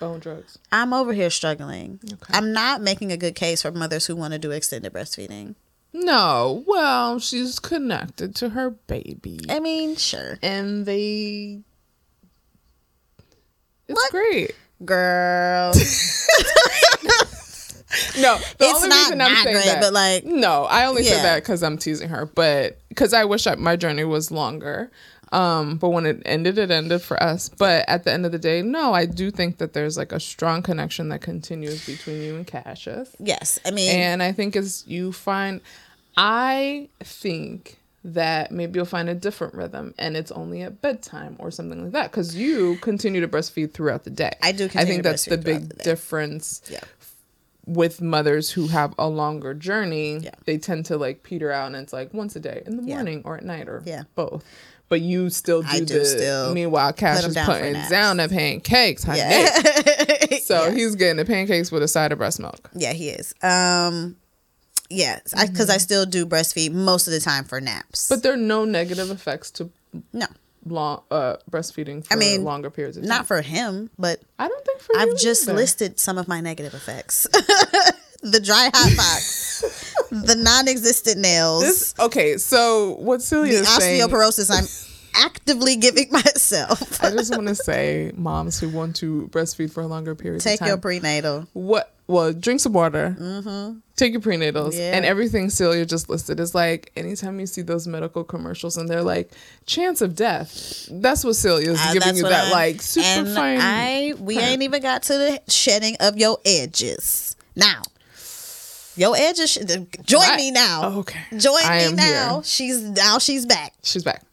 Speaker 1: bone drugs.
Speaker 2: i'm over here struggling
Speaker 1: Okay.
Speaker 2: i'm not making a good case for mothers who want to do extended breastfeeding
Speaker 1: No, well, she's connected to her baby,
Speaker 2: I mean, sure.
Speaker 1: and they. It's
Speaker 2: What?
Speaker 1: great. *laughs*
Speaker 2: Girl.
Speaker 1: No, the
Speaker 2: It's
Speaker 1: only
Speaker 2: not
Speaker 1: reason I'm
Speaker 2: not
Speaker 1: saying
Speaker 2: great,
Speaker 1: that,
Speaker 2: but, like-
Speaker 1: no, I only
Speaker 2: Yeah.
Speaker 1: said that because I'm teasing her, but because I wish I, my journey was longer. Um, but when it ended, it ended for us. But at the end of the day, no, I do think that there's like a strong connection that continues between you and Cassius,
Speaker 2: yes. I mean,
Speaker 1: and I think as you find, I think that maybe you'll find a different rhythm, and it's only at bedtime or something like that, because you continue to breastfeed throughout the day.
Speaker 2: I do
Speaker 1: I
Speaker 2: continue
Speaker 1: think
Speaker 2: to
Speaker 1: that's the
Speaker 2: breastfeed throughout
Speaker 1: big
Speaker 2: the day.
Speaker 1: difference
Speaker 2: yeah.
Speaker 1: with mothers who have a longer journey,
Speaker 2: Yeah.
Speaker 1: they tend to like peter out, and it's like once a day in the
Speaker 2: Yeah.
Speaker 1: morning or at night or
Speaker 2: Yeah.
Speaker 1: both. But you still do,
Speaker 2: I do
Speaker 1: the.
Speaker 2: still
Speaker 1: meanwhile, Cash
Speaker 2: 'em
Speaker 1: is
Speaker 2: down for
Speaker 1: putting
Speaker 2: naps.
Speaker 1: down the pancakes, honey. So
Speaker 2: Yeah. *laughs*
Speaker 1: he's getting the pancakes with a side of breast milk.
Speaker 2: Yeah, he is. Um, yeah, because I still do breastfeed most of the time for naps.
Speaker 1: Mm-hmm. But there are no negative effects to
Speaker 2: no,
Speaker 1: long uh, breastfeeding for
Speaker 2: mean,
Speaker 1: longer periods of time.
Speaker 2: not for him. But
Speaker 1: I don't think for you
Speaker 2: I've just
Speaker 1: either.
Speaker 2: listed some of my negative effects: *laughs* the dry
Speaker 1: *laughs*
Speaker 2: hot box, the non-existent nails,
Speaker 1: This, okay, so what Celia
Speaker 2: the
Speaker 1: is saying,
Speaker 2: osteoporosis. I'm actively giving *laughs* myself.
Speaker 1: I just want to say, moms who want to breastfeed for a longer period of
Speaker 2: Take
Speaker 1: time,
Speaker 2: your prenatal.
Speaker 1: what? Well, drink some water, take your prenatals,
Speaker 2: Mm-hmm. Yeah.
Speaker 1: and everything Celia just listed is like anytime you see those medical commercials and they're like chance of death. That's what Celia's
Speaker 2: Uh,
Speaker 1: giving
Speaker 2: that's
Speaker 1: you
Speaker 2: what
Speaker 1: that
Speaker 2: I-
Speaker 1: like super
Speaker 2: and
Speaker 1: fine.
Speaker 2: I we ain't even got to the shedding of your edges now. Your edges. sh- Join
Speaker 1: I-
Speaker 2: me now.
Speaker 1: Oh, okay,
Speaker 2: Join
Speaker 1: I
Speaker 2: me
Speaker 1: am here.
Speaker 2: now. She's now she's back.
Speaker 1: She's back.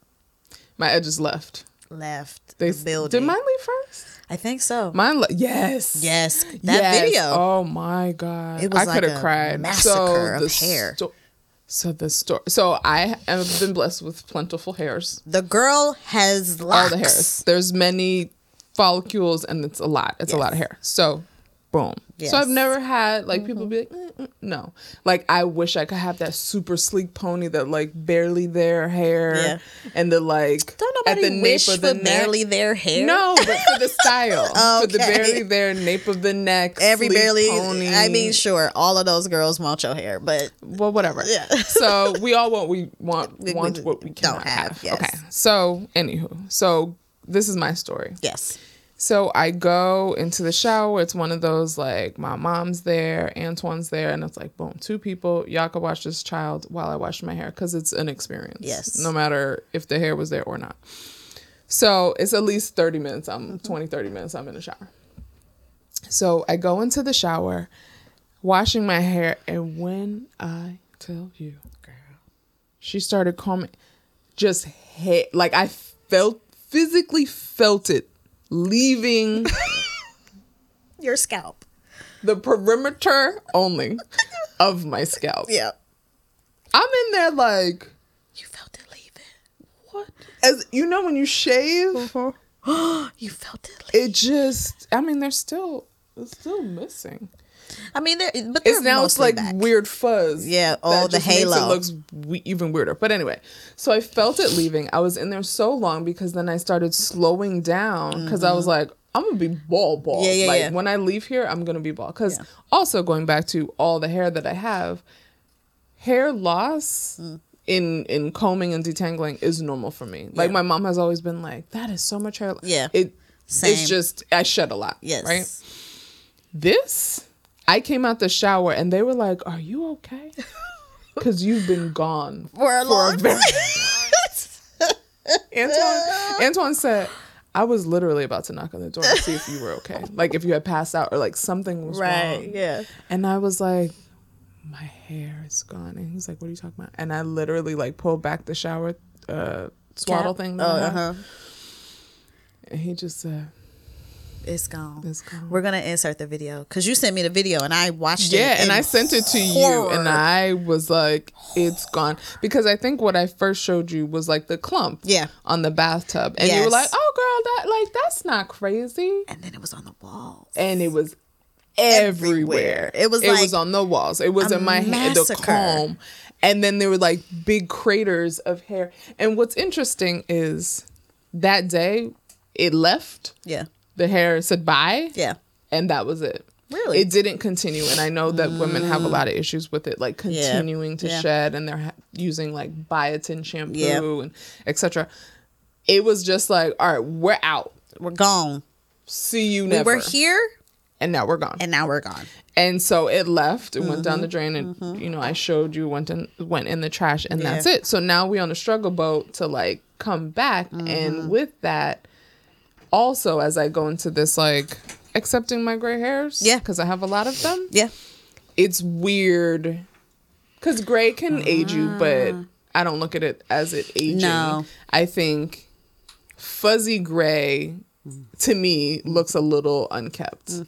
Speaker 1: My edges left.
Speaker 2: Left
Speaker 1: They
Speaker 2: the building.
Speaker 1: did mine leave first.
Speaker 2: I think so.
Speaker 1: Mine. Le- yes.
Speaker 2: yes, that
Speaker 1: Yes.
Speaker 2: video.
Speaker 1: Oh my god!
Speaker 2: It was
Speaker 1: I
Speaker 2: like
Speaker 1: could
Speaker 2: a
Speaker 1: have cried.
Speaker 2: massacre of
Speaker 1: the
Speaker 2: hair.
Speaker 1: sto- so the story. So I have been blessed with plentiful hairs.
Speaker 2: The girl has locks.
Speaker 1: All the hairs. There's many follicles, and it's a lot. It's a lot of hair. So. Boom.
Speaker 2: Yes. Mm-hmm.
Speaker 1: So I've never had like people be like, "Mm, mm," no. Like I wish I could have that super sleek pony that like barely their hair
Speaker 2: Yeah.
Speaker 1: and the like
Speaker 2: Don't nobody wish for
Speaker 1: neck.
Speaker 2: barely their hair.
Speaker 1: No, but for the
Speaker 2: *laughs*
Speaker 1: style, for the
Speaker 2: Okay.
Speaker 1: barely there nape of the neck,
Speaker 2: Every
Speaker 1: sleek
Speaker 2: barely,
Speaker 1: pony.
Speaker 2: I mean, sure, all of those girls want your hair, but
Speaker 1: well, whatever.
Speaker 2: Yeah. *laughs*
Speaker 1: so we all want we want
Speaker 2: We- we
Speaker 1: want what we
Speaker 2: don't
Speaker 1: cannot
Speaker 2: have,
Speaker 1: have.
Speaker 2: yes.
Speaker 1: Okay. So anywho, so this is my story.
Speaker 2: yes,
Speaker 1: So I go into the shower. It's one of those like my mom's there, Antoine's there, and it's like boom, two people. Y'all can watch this child while I wash my hair because it's an experience.
Speaker 2: Yes.
Speaker 1: No matter if the hair was there or not. So it's at least 30 minutes. I'm 20, 30 minutes. I'm in the shower. So I go into the shower, washing my hair, and when I tell you, girl, she started combing, just hit like I felt physically felt it leaving
Speaker 2: your scalp.
Speaker 1: the perimeter only of my scalp.
Speaker 2: Yeah,
Speaker 1: I'm in there like
Speaker 2: you felt it leaving.
Speaker 1: as you know when you shave,
Speaker 2: You felt it. Leaving.
Speaker 1: it just I mean they're still it's still missing.
Speaker 2: I mean, they're, but they're
Speaker 1: It's now it's
Speaker 2: mostly
Speaker 1: like
Speaker 2: back.
Speaker 1: weird fuzz.
Speaker 2: Yeah, oh, the
Speaker 1: just makes
Speaker 2: halo.
Speaker 1: It looks we- even weirder. But anyway, so I felt it leaving. I was in there so long because then I started slowing down because I was like, I'm gonna be ball ball.
Speaker 2: Mm-hmm. Yeah, yeah,
Speaker 1: like
Speaker 2: yeah.
Speaker 1: when I leave here, I'm gonna be ball. Because
Speaker 2: Yeah.
Speaker 1: also going back to all the hair that I have, hair loss.
Speaker 2: Mm.
Speaker 1: In, in combing and detangling is normal for me. Like
Speaker 2: Yeah.
Speaker 1: my mom has always been like, that is so much hair. lo-"
Speaker 2: Yeah.
Speaker 1: it
Speaker 2: Same.
Speaker 1: it's just I shed a lot.
Speaker 2: Yes.
Speaker 1: right this i came out the shower and they were like are you
Speaker 2: *laughs*
Speaker 1: okay because you've been gone
Speaker 2: For a long
Speaker 1: very-
Speaker 2: time.
Speaker 1: antoine
Speaker 2: *laughs*
Speaker 1: antoine said i was literally about to knock on the door to see if you were
Speaker 2: *laughs*
Speaker 1: okay like if you had passed out or like something was
Speaker 2: right.
Speaker 1: wrong
Speaker 2: Yeah.
Speaker 1: and i was like my hair is gone and he's like what are you talking about and i literally like pulled back the shower uh swaddle thing
Speaker 2: Oh,
Speaker 1: that I
Speaker 2: uh
Speaker 1: have,
Speaker 2: huh.
Speaker 1: and he just said
Speaker 2: It's gone.
Speaker 1: It's gone.
Speaker 2: We're gonna insert the video because you sent me the video and I watched it.
Speaker 1: Yeah, and
Speaker 2: in
Speaker 1: I sent it to you,
Speaker 2: horror.
Speaker 1: and I was like, "It's gone," because I think what I first showed you was like the clump,
Speaker 2: Yeah.
Speaker 1: on the bathtub, and you were
Speaker 2: Yes.
Speaker 1: like, "Oh, girl, that like that's not crazy,"
Speaker 2: And then it was on the wall.
Speaker 1: and it was E-, everywhere.
Speaker 2: Everywhere. It was
Speaker 1: it was
Speaker 2: like
Speaker 1: on the walls. It was
Speaker 2: a
Speaker 1: in my hand, the
Speaker 2: massacre.
Speaker 1: comb, and then there were like big craters of hair. And what's interesting is that day it left.
Speaker 2: Yeah.
Speaker 1: The hair said bye
Speaker 2: Yeah.
Speaker 1: and that was it.
Speaker 2: Really?
Speaker 1: it didn't continue. And I know that women have a lot of issues with it, like continuing to
Speaker 2: Yeah.
Speaker 1: shed, and they're ha- using like biotin shampoo
Speaker 2: Yeah.
Speaker 1: and etc. It was just like, all right, we're out.
Speaker 2: We're gone.
Speaker 1: See you
Speaker 2: We
Speaker 1: never.
Speaker 2: were here
Speaker 1: and now we're gone. And,
Speaker 2: and now we're gone.
Speaker 1: so it left. It went
Speaker 2: Mm-hmm.
Speaker 1: down the drain, and you know, I showed you went in went in the trash, and
Speaker 2: Yeah.
Speaker 1: that's it. So now we on a struggle boat to like come back,
Speaker 2: Mm-hmm.
Speaker 1: and with that, also as I go into this like accepting my gray hairs,
Speaker 2: Yeah.
Speaker 1: because I have a lot of them,
Speaker 2: Yeah.
Speaker 1: it's weird because gray
Speaker 2: Ah.
Speaker 1: can age you, but I don't look at it as it aging.
Speaker 2: No.
Speaker 1: I think
Speaker 2: Mm-hmm.
Speaker 1: fuzzy gray to me looks a little unkept.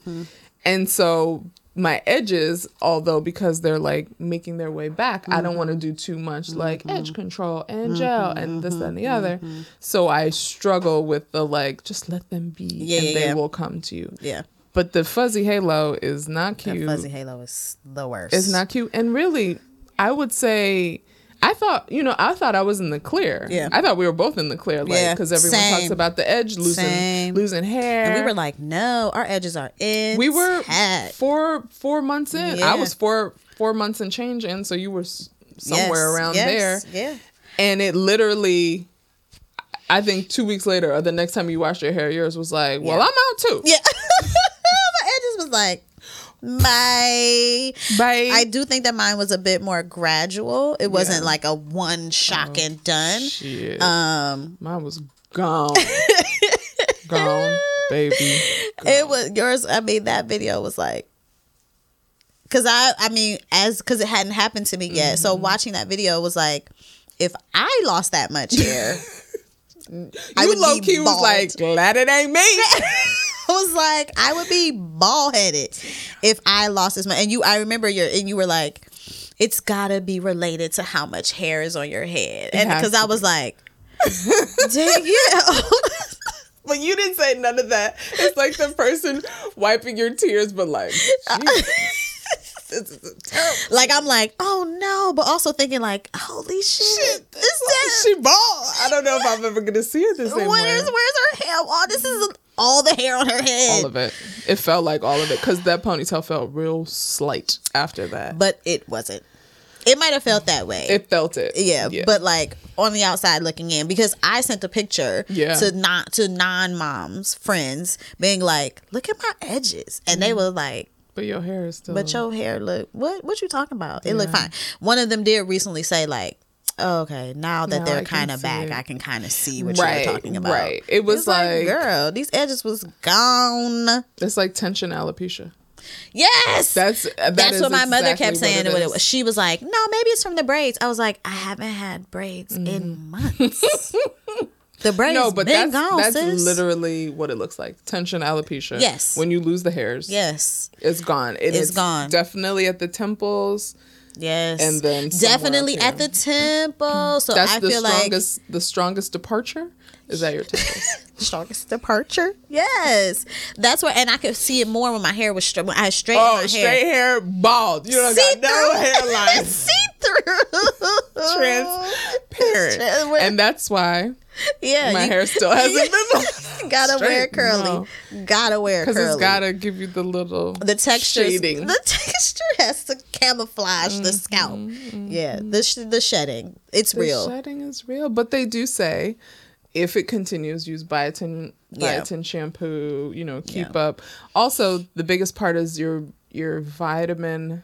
Speaker 1: And so my edges, although because they're like making their way back, I don't
Speaker 2: Mm-hmm.
Speaker 1: want to do too much like edge control and gel and this that, and the
Speaker 2: Mm-hmm.
Speaker 1: other. So I struggle with the like, just let them be
Speaker 2: Yeah,
Speaker 1: and
Speaker 2: yeah,
Speaker 1: they
Speaker 2: yeah.
Speaker 1: will come to you.
Speaker 2: Yeah.
Speaker 1: But the fuzzy halo is not
Speaker 2: That
Speaker 1: cute.
Speaker 2: fuzzy halo is the worst.
Speaker 1: It's not cute. And really, I would say I thought, you know, I thought I was in the clear.
Speaker 2: Yeah.
Speaker 1: I thought we were both in the clear. Like,
Speaker 2: Yeah,
Speaker 1: because everyone talks
Speaker 2: same.
Speaker 1: about the edge losing
Speaker 2: Same.
Speaker 1: losing hair.
Speaker 2: And we were like, no, our edges are in.
Speaker 1: we were four four months in.
Speaker 2: Yeah.
Speaker 1: I was four four months and change in, so you were s- somewhere around there.
Speaker 2: Yeah.
Speaker 1: And it literally I think two weeks later or the next time you washed your hair, yours was like, Well,
Speaker 2: Yeah.
Speaker 1: I'm out too.
Speaker 2: *laughs* Yeah. my edges was like, bye.
Speaker 1: Bye.
Speaker 2: I do think that mine was a bit more gradual. It wasn't like a one shock and done.
Speaker 1: Shit.
Speaker 2: Um,
Speaker 1: Mine was
Speaker 2: *laughs*
Speaker 1: gone. gone, baby.
Speaker 2: it was yours. I mean, that video was like, because I, I mean, as because it hadn't happened to me yet. So watching that video was like, if I lost that much hair, I
Speaker 1: you
Speaker 2: would be
Speaker 1: low key was
Speaker 2: bald.
Speaker 1: like, glad it ain't
Speaker 2: *laughs*
Speaker 1: me.
Speaker 2: I was like, I would be bald headed if I lost this much. And you, I remember your, and you were like, it's gotta be related to how much hair is on your head, and
Speaker 1: has
Speaker 2: because
Speaker 1: to
Speaker 2: I was
Speaker 1: *laughs*
Speaker 2: like, dang yeah.
Speaker 1: but you didn't say none of that. It's like the person wiping your tears, but like, "Jesus, this is a terrible.
Speaker 2: *laughs* like I'm like, oh no, but also thinking like, holy shit,
Speaker 1: Shit,
Speaker 2: is that
Speaker 1: she bald. I don't know if I'm ever gonna see her the same
Speaker 2: where's
Speaker 1: way.
Speaker 2: where's her hair? All this is all the hair on her head.
Speaker 1: All of it. It felt like all of it because that ponytail felt real slight after that.
Speaker 2: but it wasn't. It might have felt that way.
Speaker 1: it felt it.
Speaker 2: yeah, but like on the outside looking in because I sent a picture
Speaker 1: Yeah.
Speaker 2: to not to non moms friends being like, look at my edges,
Speaker 1: Mm-hmm.
Speaker 2: and they were like,
Speaker 1: but your hair is still.
Speaker 2: but your hair look what what you talking about? It looked
Speaker 1: Mm-hmm. Yeah.
Speaker 2: fine. One of them did recently say like. "Oh, okay, now that
Speaker 1: Now I
Speaker 2: they're
Speaker 1: can
Speaker 2: kind of
Speaker 1: see
Speaker 2: back,
Speaker 1: it."
Speaker 2: I can kind of see what
Speaker 1: Right,
Speaker 2: you were talking about.
Speaker 1: right. It was
Speaker 2: It's
Speaker 1: like-
Speaker 2: girl, these edges was gone.
Speaker 1: it's like tension alopecia.
Speaker 2: Yes,
Speaker 1: That's uh, that
Speaker 2: That's
Speaker 1: is
Speaker 2: what my mother
Speaker 1: exactly
Speaker 2: kept saying.
Speaker 1: What
Speaker 2: What
Speaker 1: it
Speaker 2: it was.
Speaker 1: was.
Speaker 2: She was like, "No, maybe it's from the braids." I was like, "I haven't had braids
Speaker 1: *laughs*
Speaker 2: in months. the braids
Speaker 1: Mm-hmm. No, but
Speaker 2: been
Speaker 1: that's,
Speaker 2: gone,
Speaker 1: that's
Speaker 2: sis."
Speaker 1: literally what it looks like. Tension alopecia.
Speaker 2: Yes.
Speaker 1: When you lose the hairs,
Speaker 2: yes,
Speaker 1: it's gone. It is
Speaker 2: It's gone.
Speaker 1: Definitely at the temples.
Speaker 2: yes,
Speaker 1: And then somewhere
Speaker 2: definitely
Speaker 1: up
Speaker 2: at the temple. So
Speaker 1: That's
Speaker 2: I
Speaker 1: the
Speaker 2: feel like
Speaker 1: strongest the strongest departure is at your
Speaker 2: *laughs*
Speaker 1: temples.
Speaker 2: strongest departure. Yes, that's where, and I could see it more when my hair was straight. When I straightened
Speaker 1: oh,
Speaker 2: my
Speaker 1: straight
Speaker 2: hair,
Speaker 1: hair, bald. You don't got no
Speaker 2: *laughs*
Speaker 1: hairline.
Speaker 2: see *laughs* through,
Speaker 1: Transparent.
Speaker 2: Trans-
Speaker 1: and that's why
Speaker 2: yeah,
Speaker 1: my
Speaker 2: you
Speaker 1: hair still
Speaker 2: *laughs*
Speaker 1: hasn't been
Speaker 2: gotta wear
Speaker 1: straight.
Speaker 2: curly. Gotta wear
Speaker 1: because
Speaker 2: curly.
Speaker 1: it's gotta give you the little
Speaker 2: the texture
Speaker 1: shading.
Speaker 2: the *laughs* texture has to camouflage the scalp yeah the, sh- the shedding it's real
Speaker 1: Mm-hmm, The shedding is real, but they do say if it continues, use biotin
Speaker 2: Yeah.
Speaker 1: biotin shampoo. You know, keep up. Also, the biggest part is your your vitamin.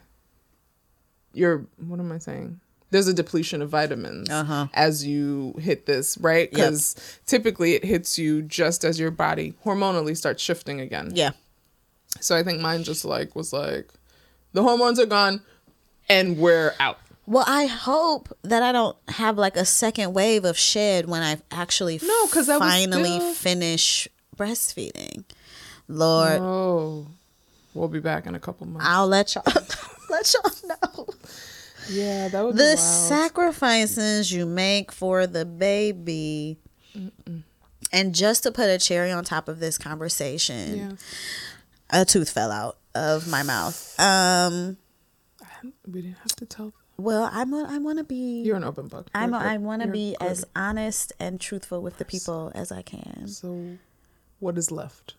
Speaker 1: Your what am I saying? There's a depletion of vitamins
Speaker 2: Uh-huh.
Speaker 1: as you hit this, right?
Speaker 2: Yep.
Speaker 1: Because typically it hits you just as your body hormonally starts shifting again.
Speaker 2: yeah
Speaker 1: So I think mine just like was like, the hormones are gone, and we're out.
Speaker 2: well i hope that i don't have like a second wave of shed when i actually
Speaker 1: No, 'cause I was
Speaker 2: finally
Speaker 1: still-
Speaker 2: finish breastfeeding lord
Speaker 1: Oh, we'll be back in a couple months.
Speaker 2: i'll let y'all *laughs* let y'all know
Speaker 1: Yeah, that would
Speaker 2: the
Speaker 1: be wild.
Speaker 2: sacrifices you make for the baby and just to put a cherry on top of this conversation
Speaker 1: yeah,
Speaker 2: a tooth fell out of my mouth. Um,
Speaker 1: we didn't have to tell.
Speaker 2: well, I'm a, I want to be
Speaker 1: You're an open book.
Speaker 2: I'm a,
Speaker 1: You're good.
Speaker 2: I want to
Speaker 1: You're
Speaker 2: be
Speaker 1: good.
Speaker 2: as honest and truthful with the people as I can.
Speaker 1: So, what is left?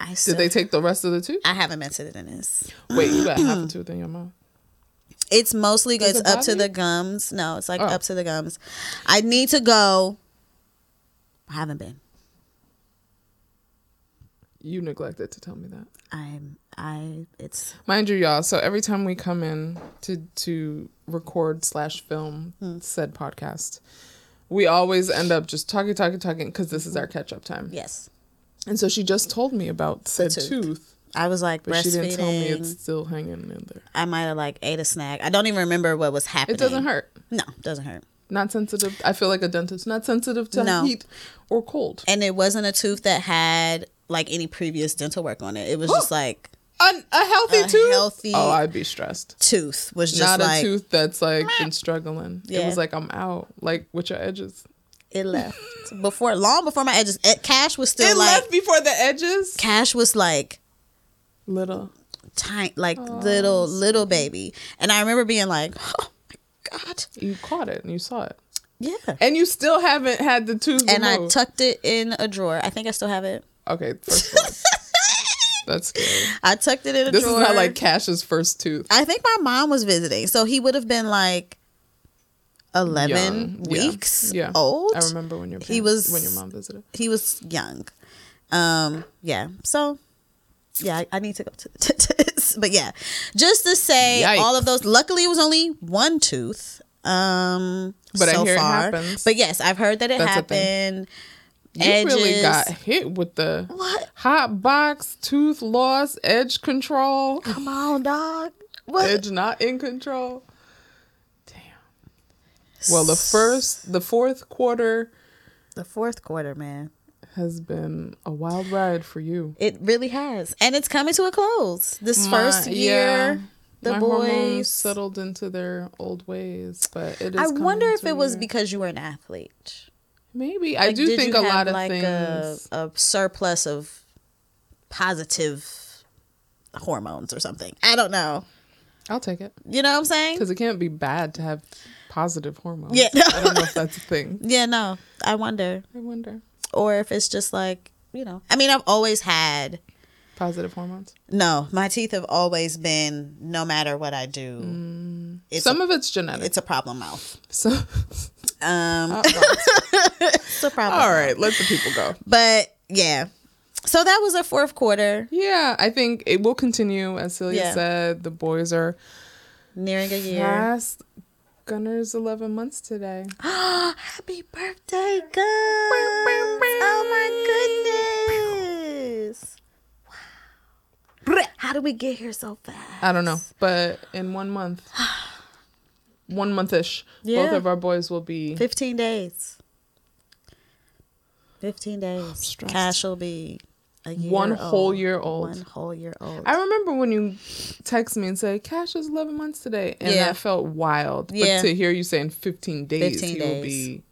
Speaker 2: I
Speaker 1: Did
Speaker 2: still,
Speaker 1: they take the rest of the
Speaker 2: *coughs*
Speaker 1: tooth?
Speaker 2: I haven't mentioned it in this.
Speaker 1: Wait, you got half a tooth in your mouth.
Speaker 2: It's mostly
Speaker 1: Does
Speaker 2: it's
Speaker 1: it
Speaker 2: up to
Speaker 1: bother
Speaker 2: the gums. No, it's like
Speaker 1: Oh.
Speaker 2: up to the gums. I need to go. I haven't been.
Speaker 1: You neglected to tell me that.
Speaker 2: I'm I it's
Speaker 1: Mind you, y'all. So every time we come in to to record slash film
Speaker 2: Hmm.
Speaker 1: said podcast, we always end up just talking, talking, talking because this is our catch up time.
Speaker 2: yes.
Speaker 1: And so she just told me about said
Speaker 2: tooth.
Speaker 1: tooth,
Speaker 2: I was like
Speaker 1: but she didn't tell me it's
Speaker 2: breastfeeding.
Speaker 1: still hanging in there.
Speaker 2: I might have like ate a snack. I don't even remember what was happening.
Speaker 1: It doesn't hurt.
Speaker 2: No, it doesn't hurt.
Speaker 1: Not sensitive. I feel like a dentist. Not sensitive to
Speaker 2: No.
Speaker 1: heat or cold.
Speaker 2: and it wasn't a tooth that had like any previous dental work on it.
Speaker 1: *gasps*
Speaker 2: It was just like
Speaker 1: An, a healthy
Speaker 2: A
Speaker 1: tooth.
Speaker 2: healthy-
Speaker 1: oh, I'd be stressed.
Speaker 2: tooth was just
Speaker 1: Not a
Speaker 2: like
Speaker 1: tooth that's like
Speaker 2: *laughs*
Speaker 1: been struggling. It
Speaker 2: Yeah.
Speaker 1: was like I'm out. Like with your edges.
Speaker 2: it left before long before my edges. It, cash was still
Speaker 1: it
Speaker 2: like
Speaker 1: left before the edges.
Speaker 2: cash was like
Speaker 1: Little.
Speaker 2: tiny, like little little baby, and I remember being like, *gasps* oh my god,
Speaker 1: You caught it and you saw it.
Speaker 2: yeah.
Speaker 1: And you still haven't had the tooth
Speaker 2: And I
Speaker 1: removed.
Speaker 2: tucked it in a drawer. I think I still have it.
Speaker 1: okay, first of
Speaker 2: *laughs*
Speaker 1: all. that's scary.
Speaker 2: I tucked it in a
Speaker 1: This
Speaker 2: drawer.
Speaker 1: is not like Cash's first tooth.
Speaker 2: I think my mom was visiting, so he would have been like eleven
Speaker 1: Young. Yeah.
Speaker 2: weeks
Speaker 1: Yeah.
Speaker 2: old.
Speaker 1: I remember when your
Speaker 2: He
Speaker 1: parents-
Speaker 2: was-
Speaker 1: when your mom visited.
Speaker 2: he was young. Um, yeah. So, yeah, I, I need to *laughs* go to the dentist. But yeah, just to say
Speaker 1: Yikes.
Speaker 2: all of those. Luckily, it was only one tooth. Um,
Speaker 1: But I
Speaker 2: so
Speaker 1: hear it
Speaker 2: far.
Speaker 1: happens.
Speaker 2: But yes, I've heard that it
Speaker 1: That's a
Speaker 2: happened.
Speaker 1: You really got hit with the
Speaker 2: What?
Speaker 1: hot box, tooth loss, edge control,
Speaker 2: Come on, dog. What?
Speaker 1: edge not in control. Damn. Well, the first, the fourth quarter
Speaker 2: The fourth quarter, man.
Speaker 1: has been a wild ride for you.
Speaker 2: It really has, and it's coming to a close. This
Speaker 1: My-
Speaker 2: first year,
Speaker 1: yeah,
Speaker 2: the
Speaker 1: my
Speaker 2: boys.
Speaker 1: hormones settled into their old ways, but it is.
Speaker 2: I
Speaker 1: coming
Speaker 2: wonder if
Speaker 1: to
Speaker 2: it
Speaker 1: a
Speaker 2: was
Speaker 1: year.
Speaker 2: because you were an athlete.
Speaker 1: maybe I
Speaker 2: Like,
Speaker 1: do
Speaker 2: did
Speaker 1: think
Speaker 2: you
Speaker 1: a
Speaker 2: have,
Speaker 1: lot of
Speaker 2: like, a-
Speaker 1: things.
Speaker 2: A, surplus of positive hormones or something. I don't know.
Speaker 1: I'll take it
Speaker 2: You know what I'm saying?
Speaker 1: because it can't be bad to have positive hormones.
Speaker 2: Yeah.
Speaker 1: I don't know if that's a thing.
Speaker 2: *laughs* Yeah, no. I wonder,
Speaker 1: I wonder
Speaker 2: or if it's just like you know. I mean, I've always had.
Speaker 1: positive hormones.
Speaker 2: No, my teeth have always been. No matter what I do,
Speaker 1: Mm.
Speaker 2: it's
Speaker 1: Some
Speaker 2: a,
Speaker 1: of it's genetic.
Speaker 2: it's a problem mouth.
Speaker 1: so *laughs*
Speaker 2: *laughs* Um, it's a problem.
Speaker 1: Uh, all right, let the people go.
Speaker 2: But yeah, so that was our fourth quarter,
Speaker 1: *laughs* Yeah, I think it will continue. As Celia
Speaker 2: Yeah.
Speaker 1: said, the boys are
Speaker 2: nearing a year.
Speaker 1: past Gunner's 11 months today.
Speaker 2: *gasps* Happy birthday, Gus! Oh my goodness! Wow. How did we get here so fast?
Speaker 1: I don't know, but in one
Speaker 2: *sighs*
Speaker 1: month, one month ish, both
Speaker 2: Yeah.
Speaker 1: of our boys will be.
Speaker 2: Fifteen days. Fifteen days.
Speaker 1: Oh, stressed.
Speaker 2: Cash will be a year
Speaker 1: One
Speaker 2: old.
Speaker 1: whole year old.
Speaker 2: One whole year old.
Speaker 1: I remember when you text me and say Cash is 11 months today, and
Speaker 2: Yeah.
Speaker 1: that felt wild.
Speaker 2: Yeah.
Speaker 1: But to hear you saying 15 days,
Speaker 2: 15
Speaker 1: he
Speaker 2: days.
Speaker 1: will be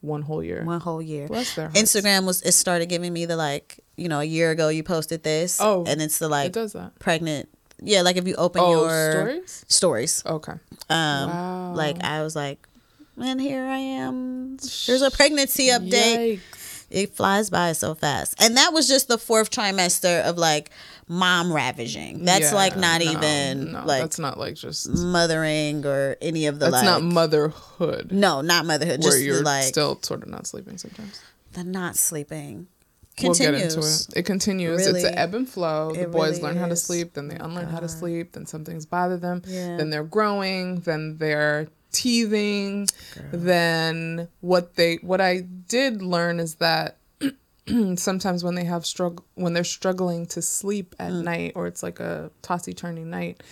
Speaker 1: one whole year.
Speaker 2: one whole year.
Speaker 1: Bless their hearts.
Speaker 2: Instagram was it started giving me the like you know a year ago you posted this
Speaker 1: Oh,
Speaker 2: and it's the
Speaker 1: It
Speaker 2: like
Speaker 1: does that.
Speaker 2: pregnant yeah like if you open
Speaker 1: Oh,
Speaker 2: your
Speaker 1: stories?
Speaker 2: stories
Speaker 1: Okay.
Speaker 2: um
Speaker 1: Wow.
Speaker 2: like i was like and here i am there's a pregnancy update
Speaker 1: Yikes.
Speaker 2: it flies by so fast and that was just the fourth trimester of like mom ravaging that's
Speaker 1: Yeah,
Speaker 2: like not
Speaker 1: no,
Speaker 2: even
Speaker 1: no,
Speaker 2: like
Speaker 1: that's not like just
Speaker 2: mothering or any of the
Speaker 1: that's
Speaker 2: like
Speaker 1: not motherhood
Speaker 2: no not motherhood
Speaker 1: where
Speaker 2: just
Speaker 1: you're
Speaker 2: like
Speaker 1: still sort of not sleeping sometimes.
Speaker 2: the not sleeping
Speaker 1: We'll
Speaker 2: continues
Speaker 1: get into it. It continues. it's
Speaker 2: Really.
Speaker 1: an ebb and flow. The
Speaker 2: It
Speaker 1: boys
Speaker 2: really
Speaker 1: learn how to
Speaker 2: is. Uh-huh.
Speaker 1: sleep, then they unlearn how to sleep, then something's bother them,
Speaker 2: Yeah.
Speaker 1: then they're growing, then they're teething, then what they what I did learn is that *clears throat* sometimes when they have struggle when they're struggling to sleep at
Speaker 2: Mm.
Speaker 1: night or it's like a tossy turny night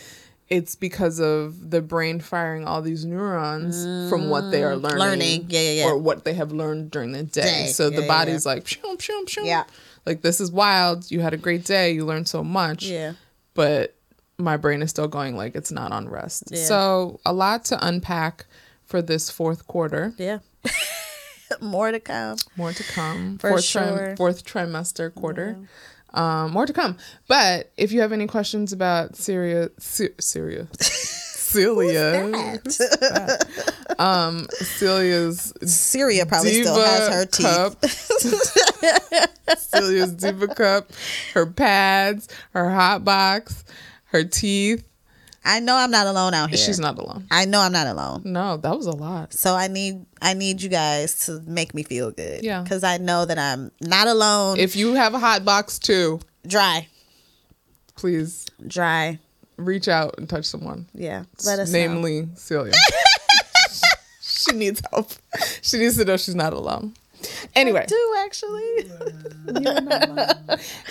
Speaker 1: it's because of the brain firing all these neurons from what they are learning,
Speaker 2: Mm. Learning. Yeah, yeah, yeah.
Speaker 1: or what they have learned during the day.
Speaker 2: Day.
Speaker 1: So
Speaker 2: Yeah,
Speaker 1: the
Speaker 2: yeah,
Speaker 1: body's like, pshum, pshum, pshum.
Speaker 2: Yeah.
Speaker 1: like this is wild. You had a great day. You learned so much.
Speaker 2: yeah
Speaker 1: But my brain is still going like it's not on rest.
Speaker 2: Yeah.
Speaker 1: So a lot to unpack for this fourth quarter.
Speaker 2: yeah *laughs* more to come
Speaker 1: More to come.
Speaker 2: For
Speaker 1: fourth
Speaker 2: sure.
Speaker 1: fourth trimester quarter. Um, more to come. But if you have any questions about Syria, Sy-
Speaker 2: *laughs*
Speaker 1: Syria, Celia, um, Celia's
Speaker 2: syria probably
Speaker 1: diva
Speaker 2: still has her teeth *laughs*
Speaker 1: cup, Celia's diva cup, her pads, her hot box, her teeth.
Speaker 2: i know i'm not alone out here
Speaker 1: She's not alone.
Speaker 2: i know i'm not alone
Speaker 1: No, that was a lot.
Speaker 2: So I need I need you guys to make me feel good.
Speaker 1: Yeah.
Speaker 2: Cause I know that I'm not alone.
Speaker 1: If you have a hot box too,
Speaker 2: dry.
Speaker 1: please
Speaker 2: Dry.
Speaker 1: reach out and touch someone.
Speaker 2: Yeah. Let us know. *laughs*
Speaker 1: namely Celia. she needs help. She needs to know she's not alone. Anyway,
Speaker 2: do actually.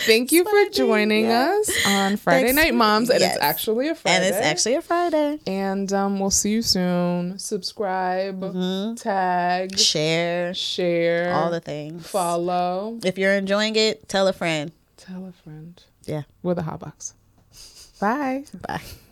Speaker 1: thank you for joining us on Friday
Speaker 2: Thanks.
Speaker 1: Night Moms, and
Speaker 2: Yes.
Speaker 1: it's actually a
Speaker 2: and
Speaker 1: Friday.
Speaker 2: it's actually a Friday.
Speaker 1: And um, we'll see you soon. Subscribe, tag,
Speaker 2: Share
Speaker 1: share,
Speaker 2: Mm-hmm. all the things.
Speaker 1: follow,
Speaker 2: If you're enjoying it, tell a friend.
Speaker 1: tell a friend.
Speaker 2: Yeah.
Speaker 1: With a hot box. Bye.
Speaker 2: Bye.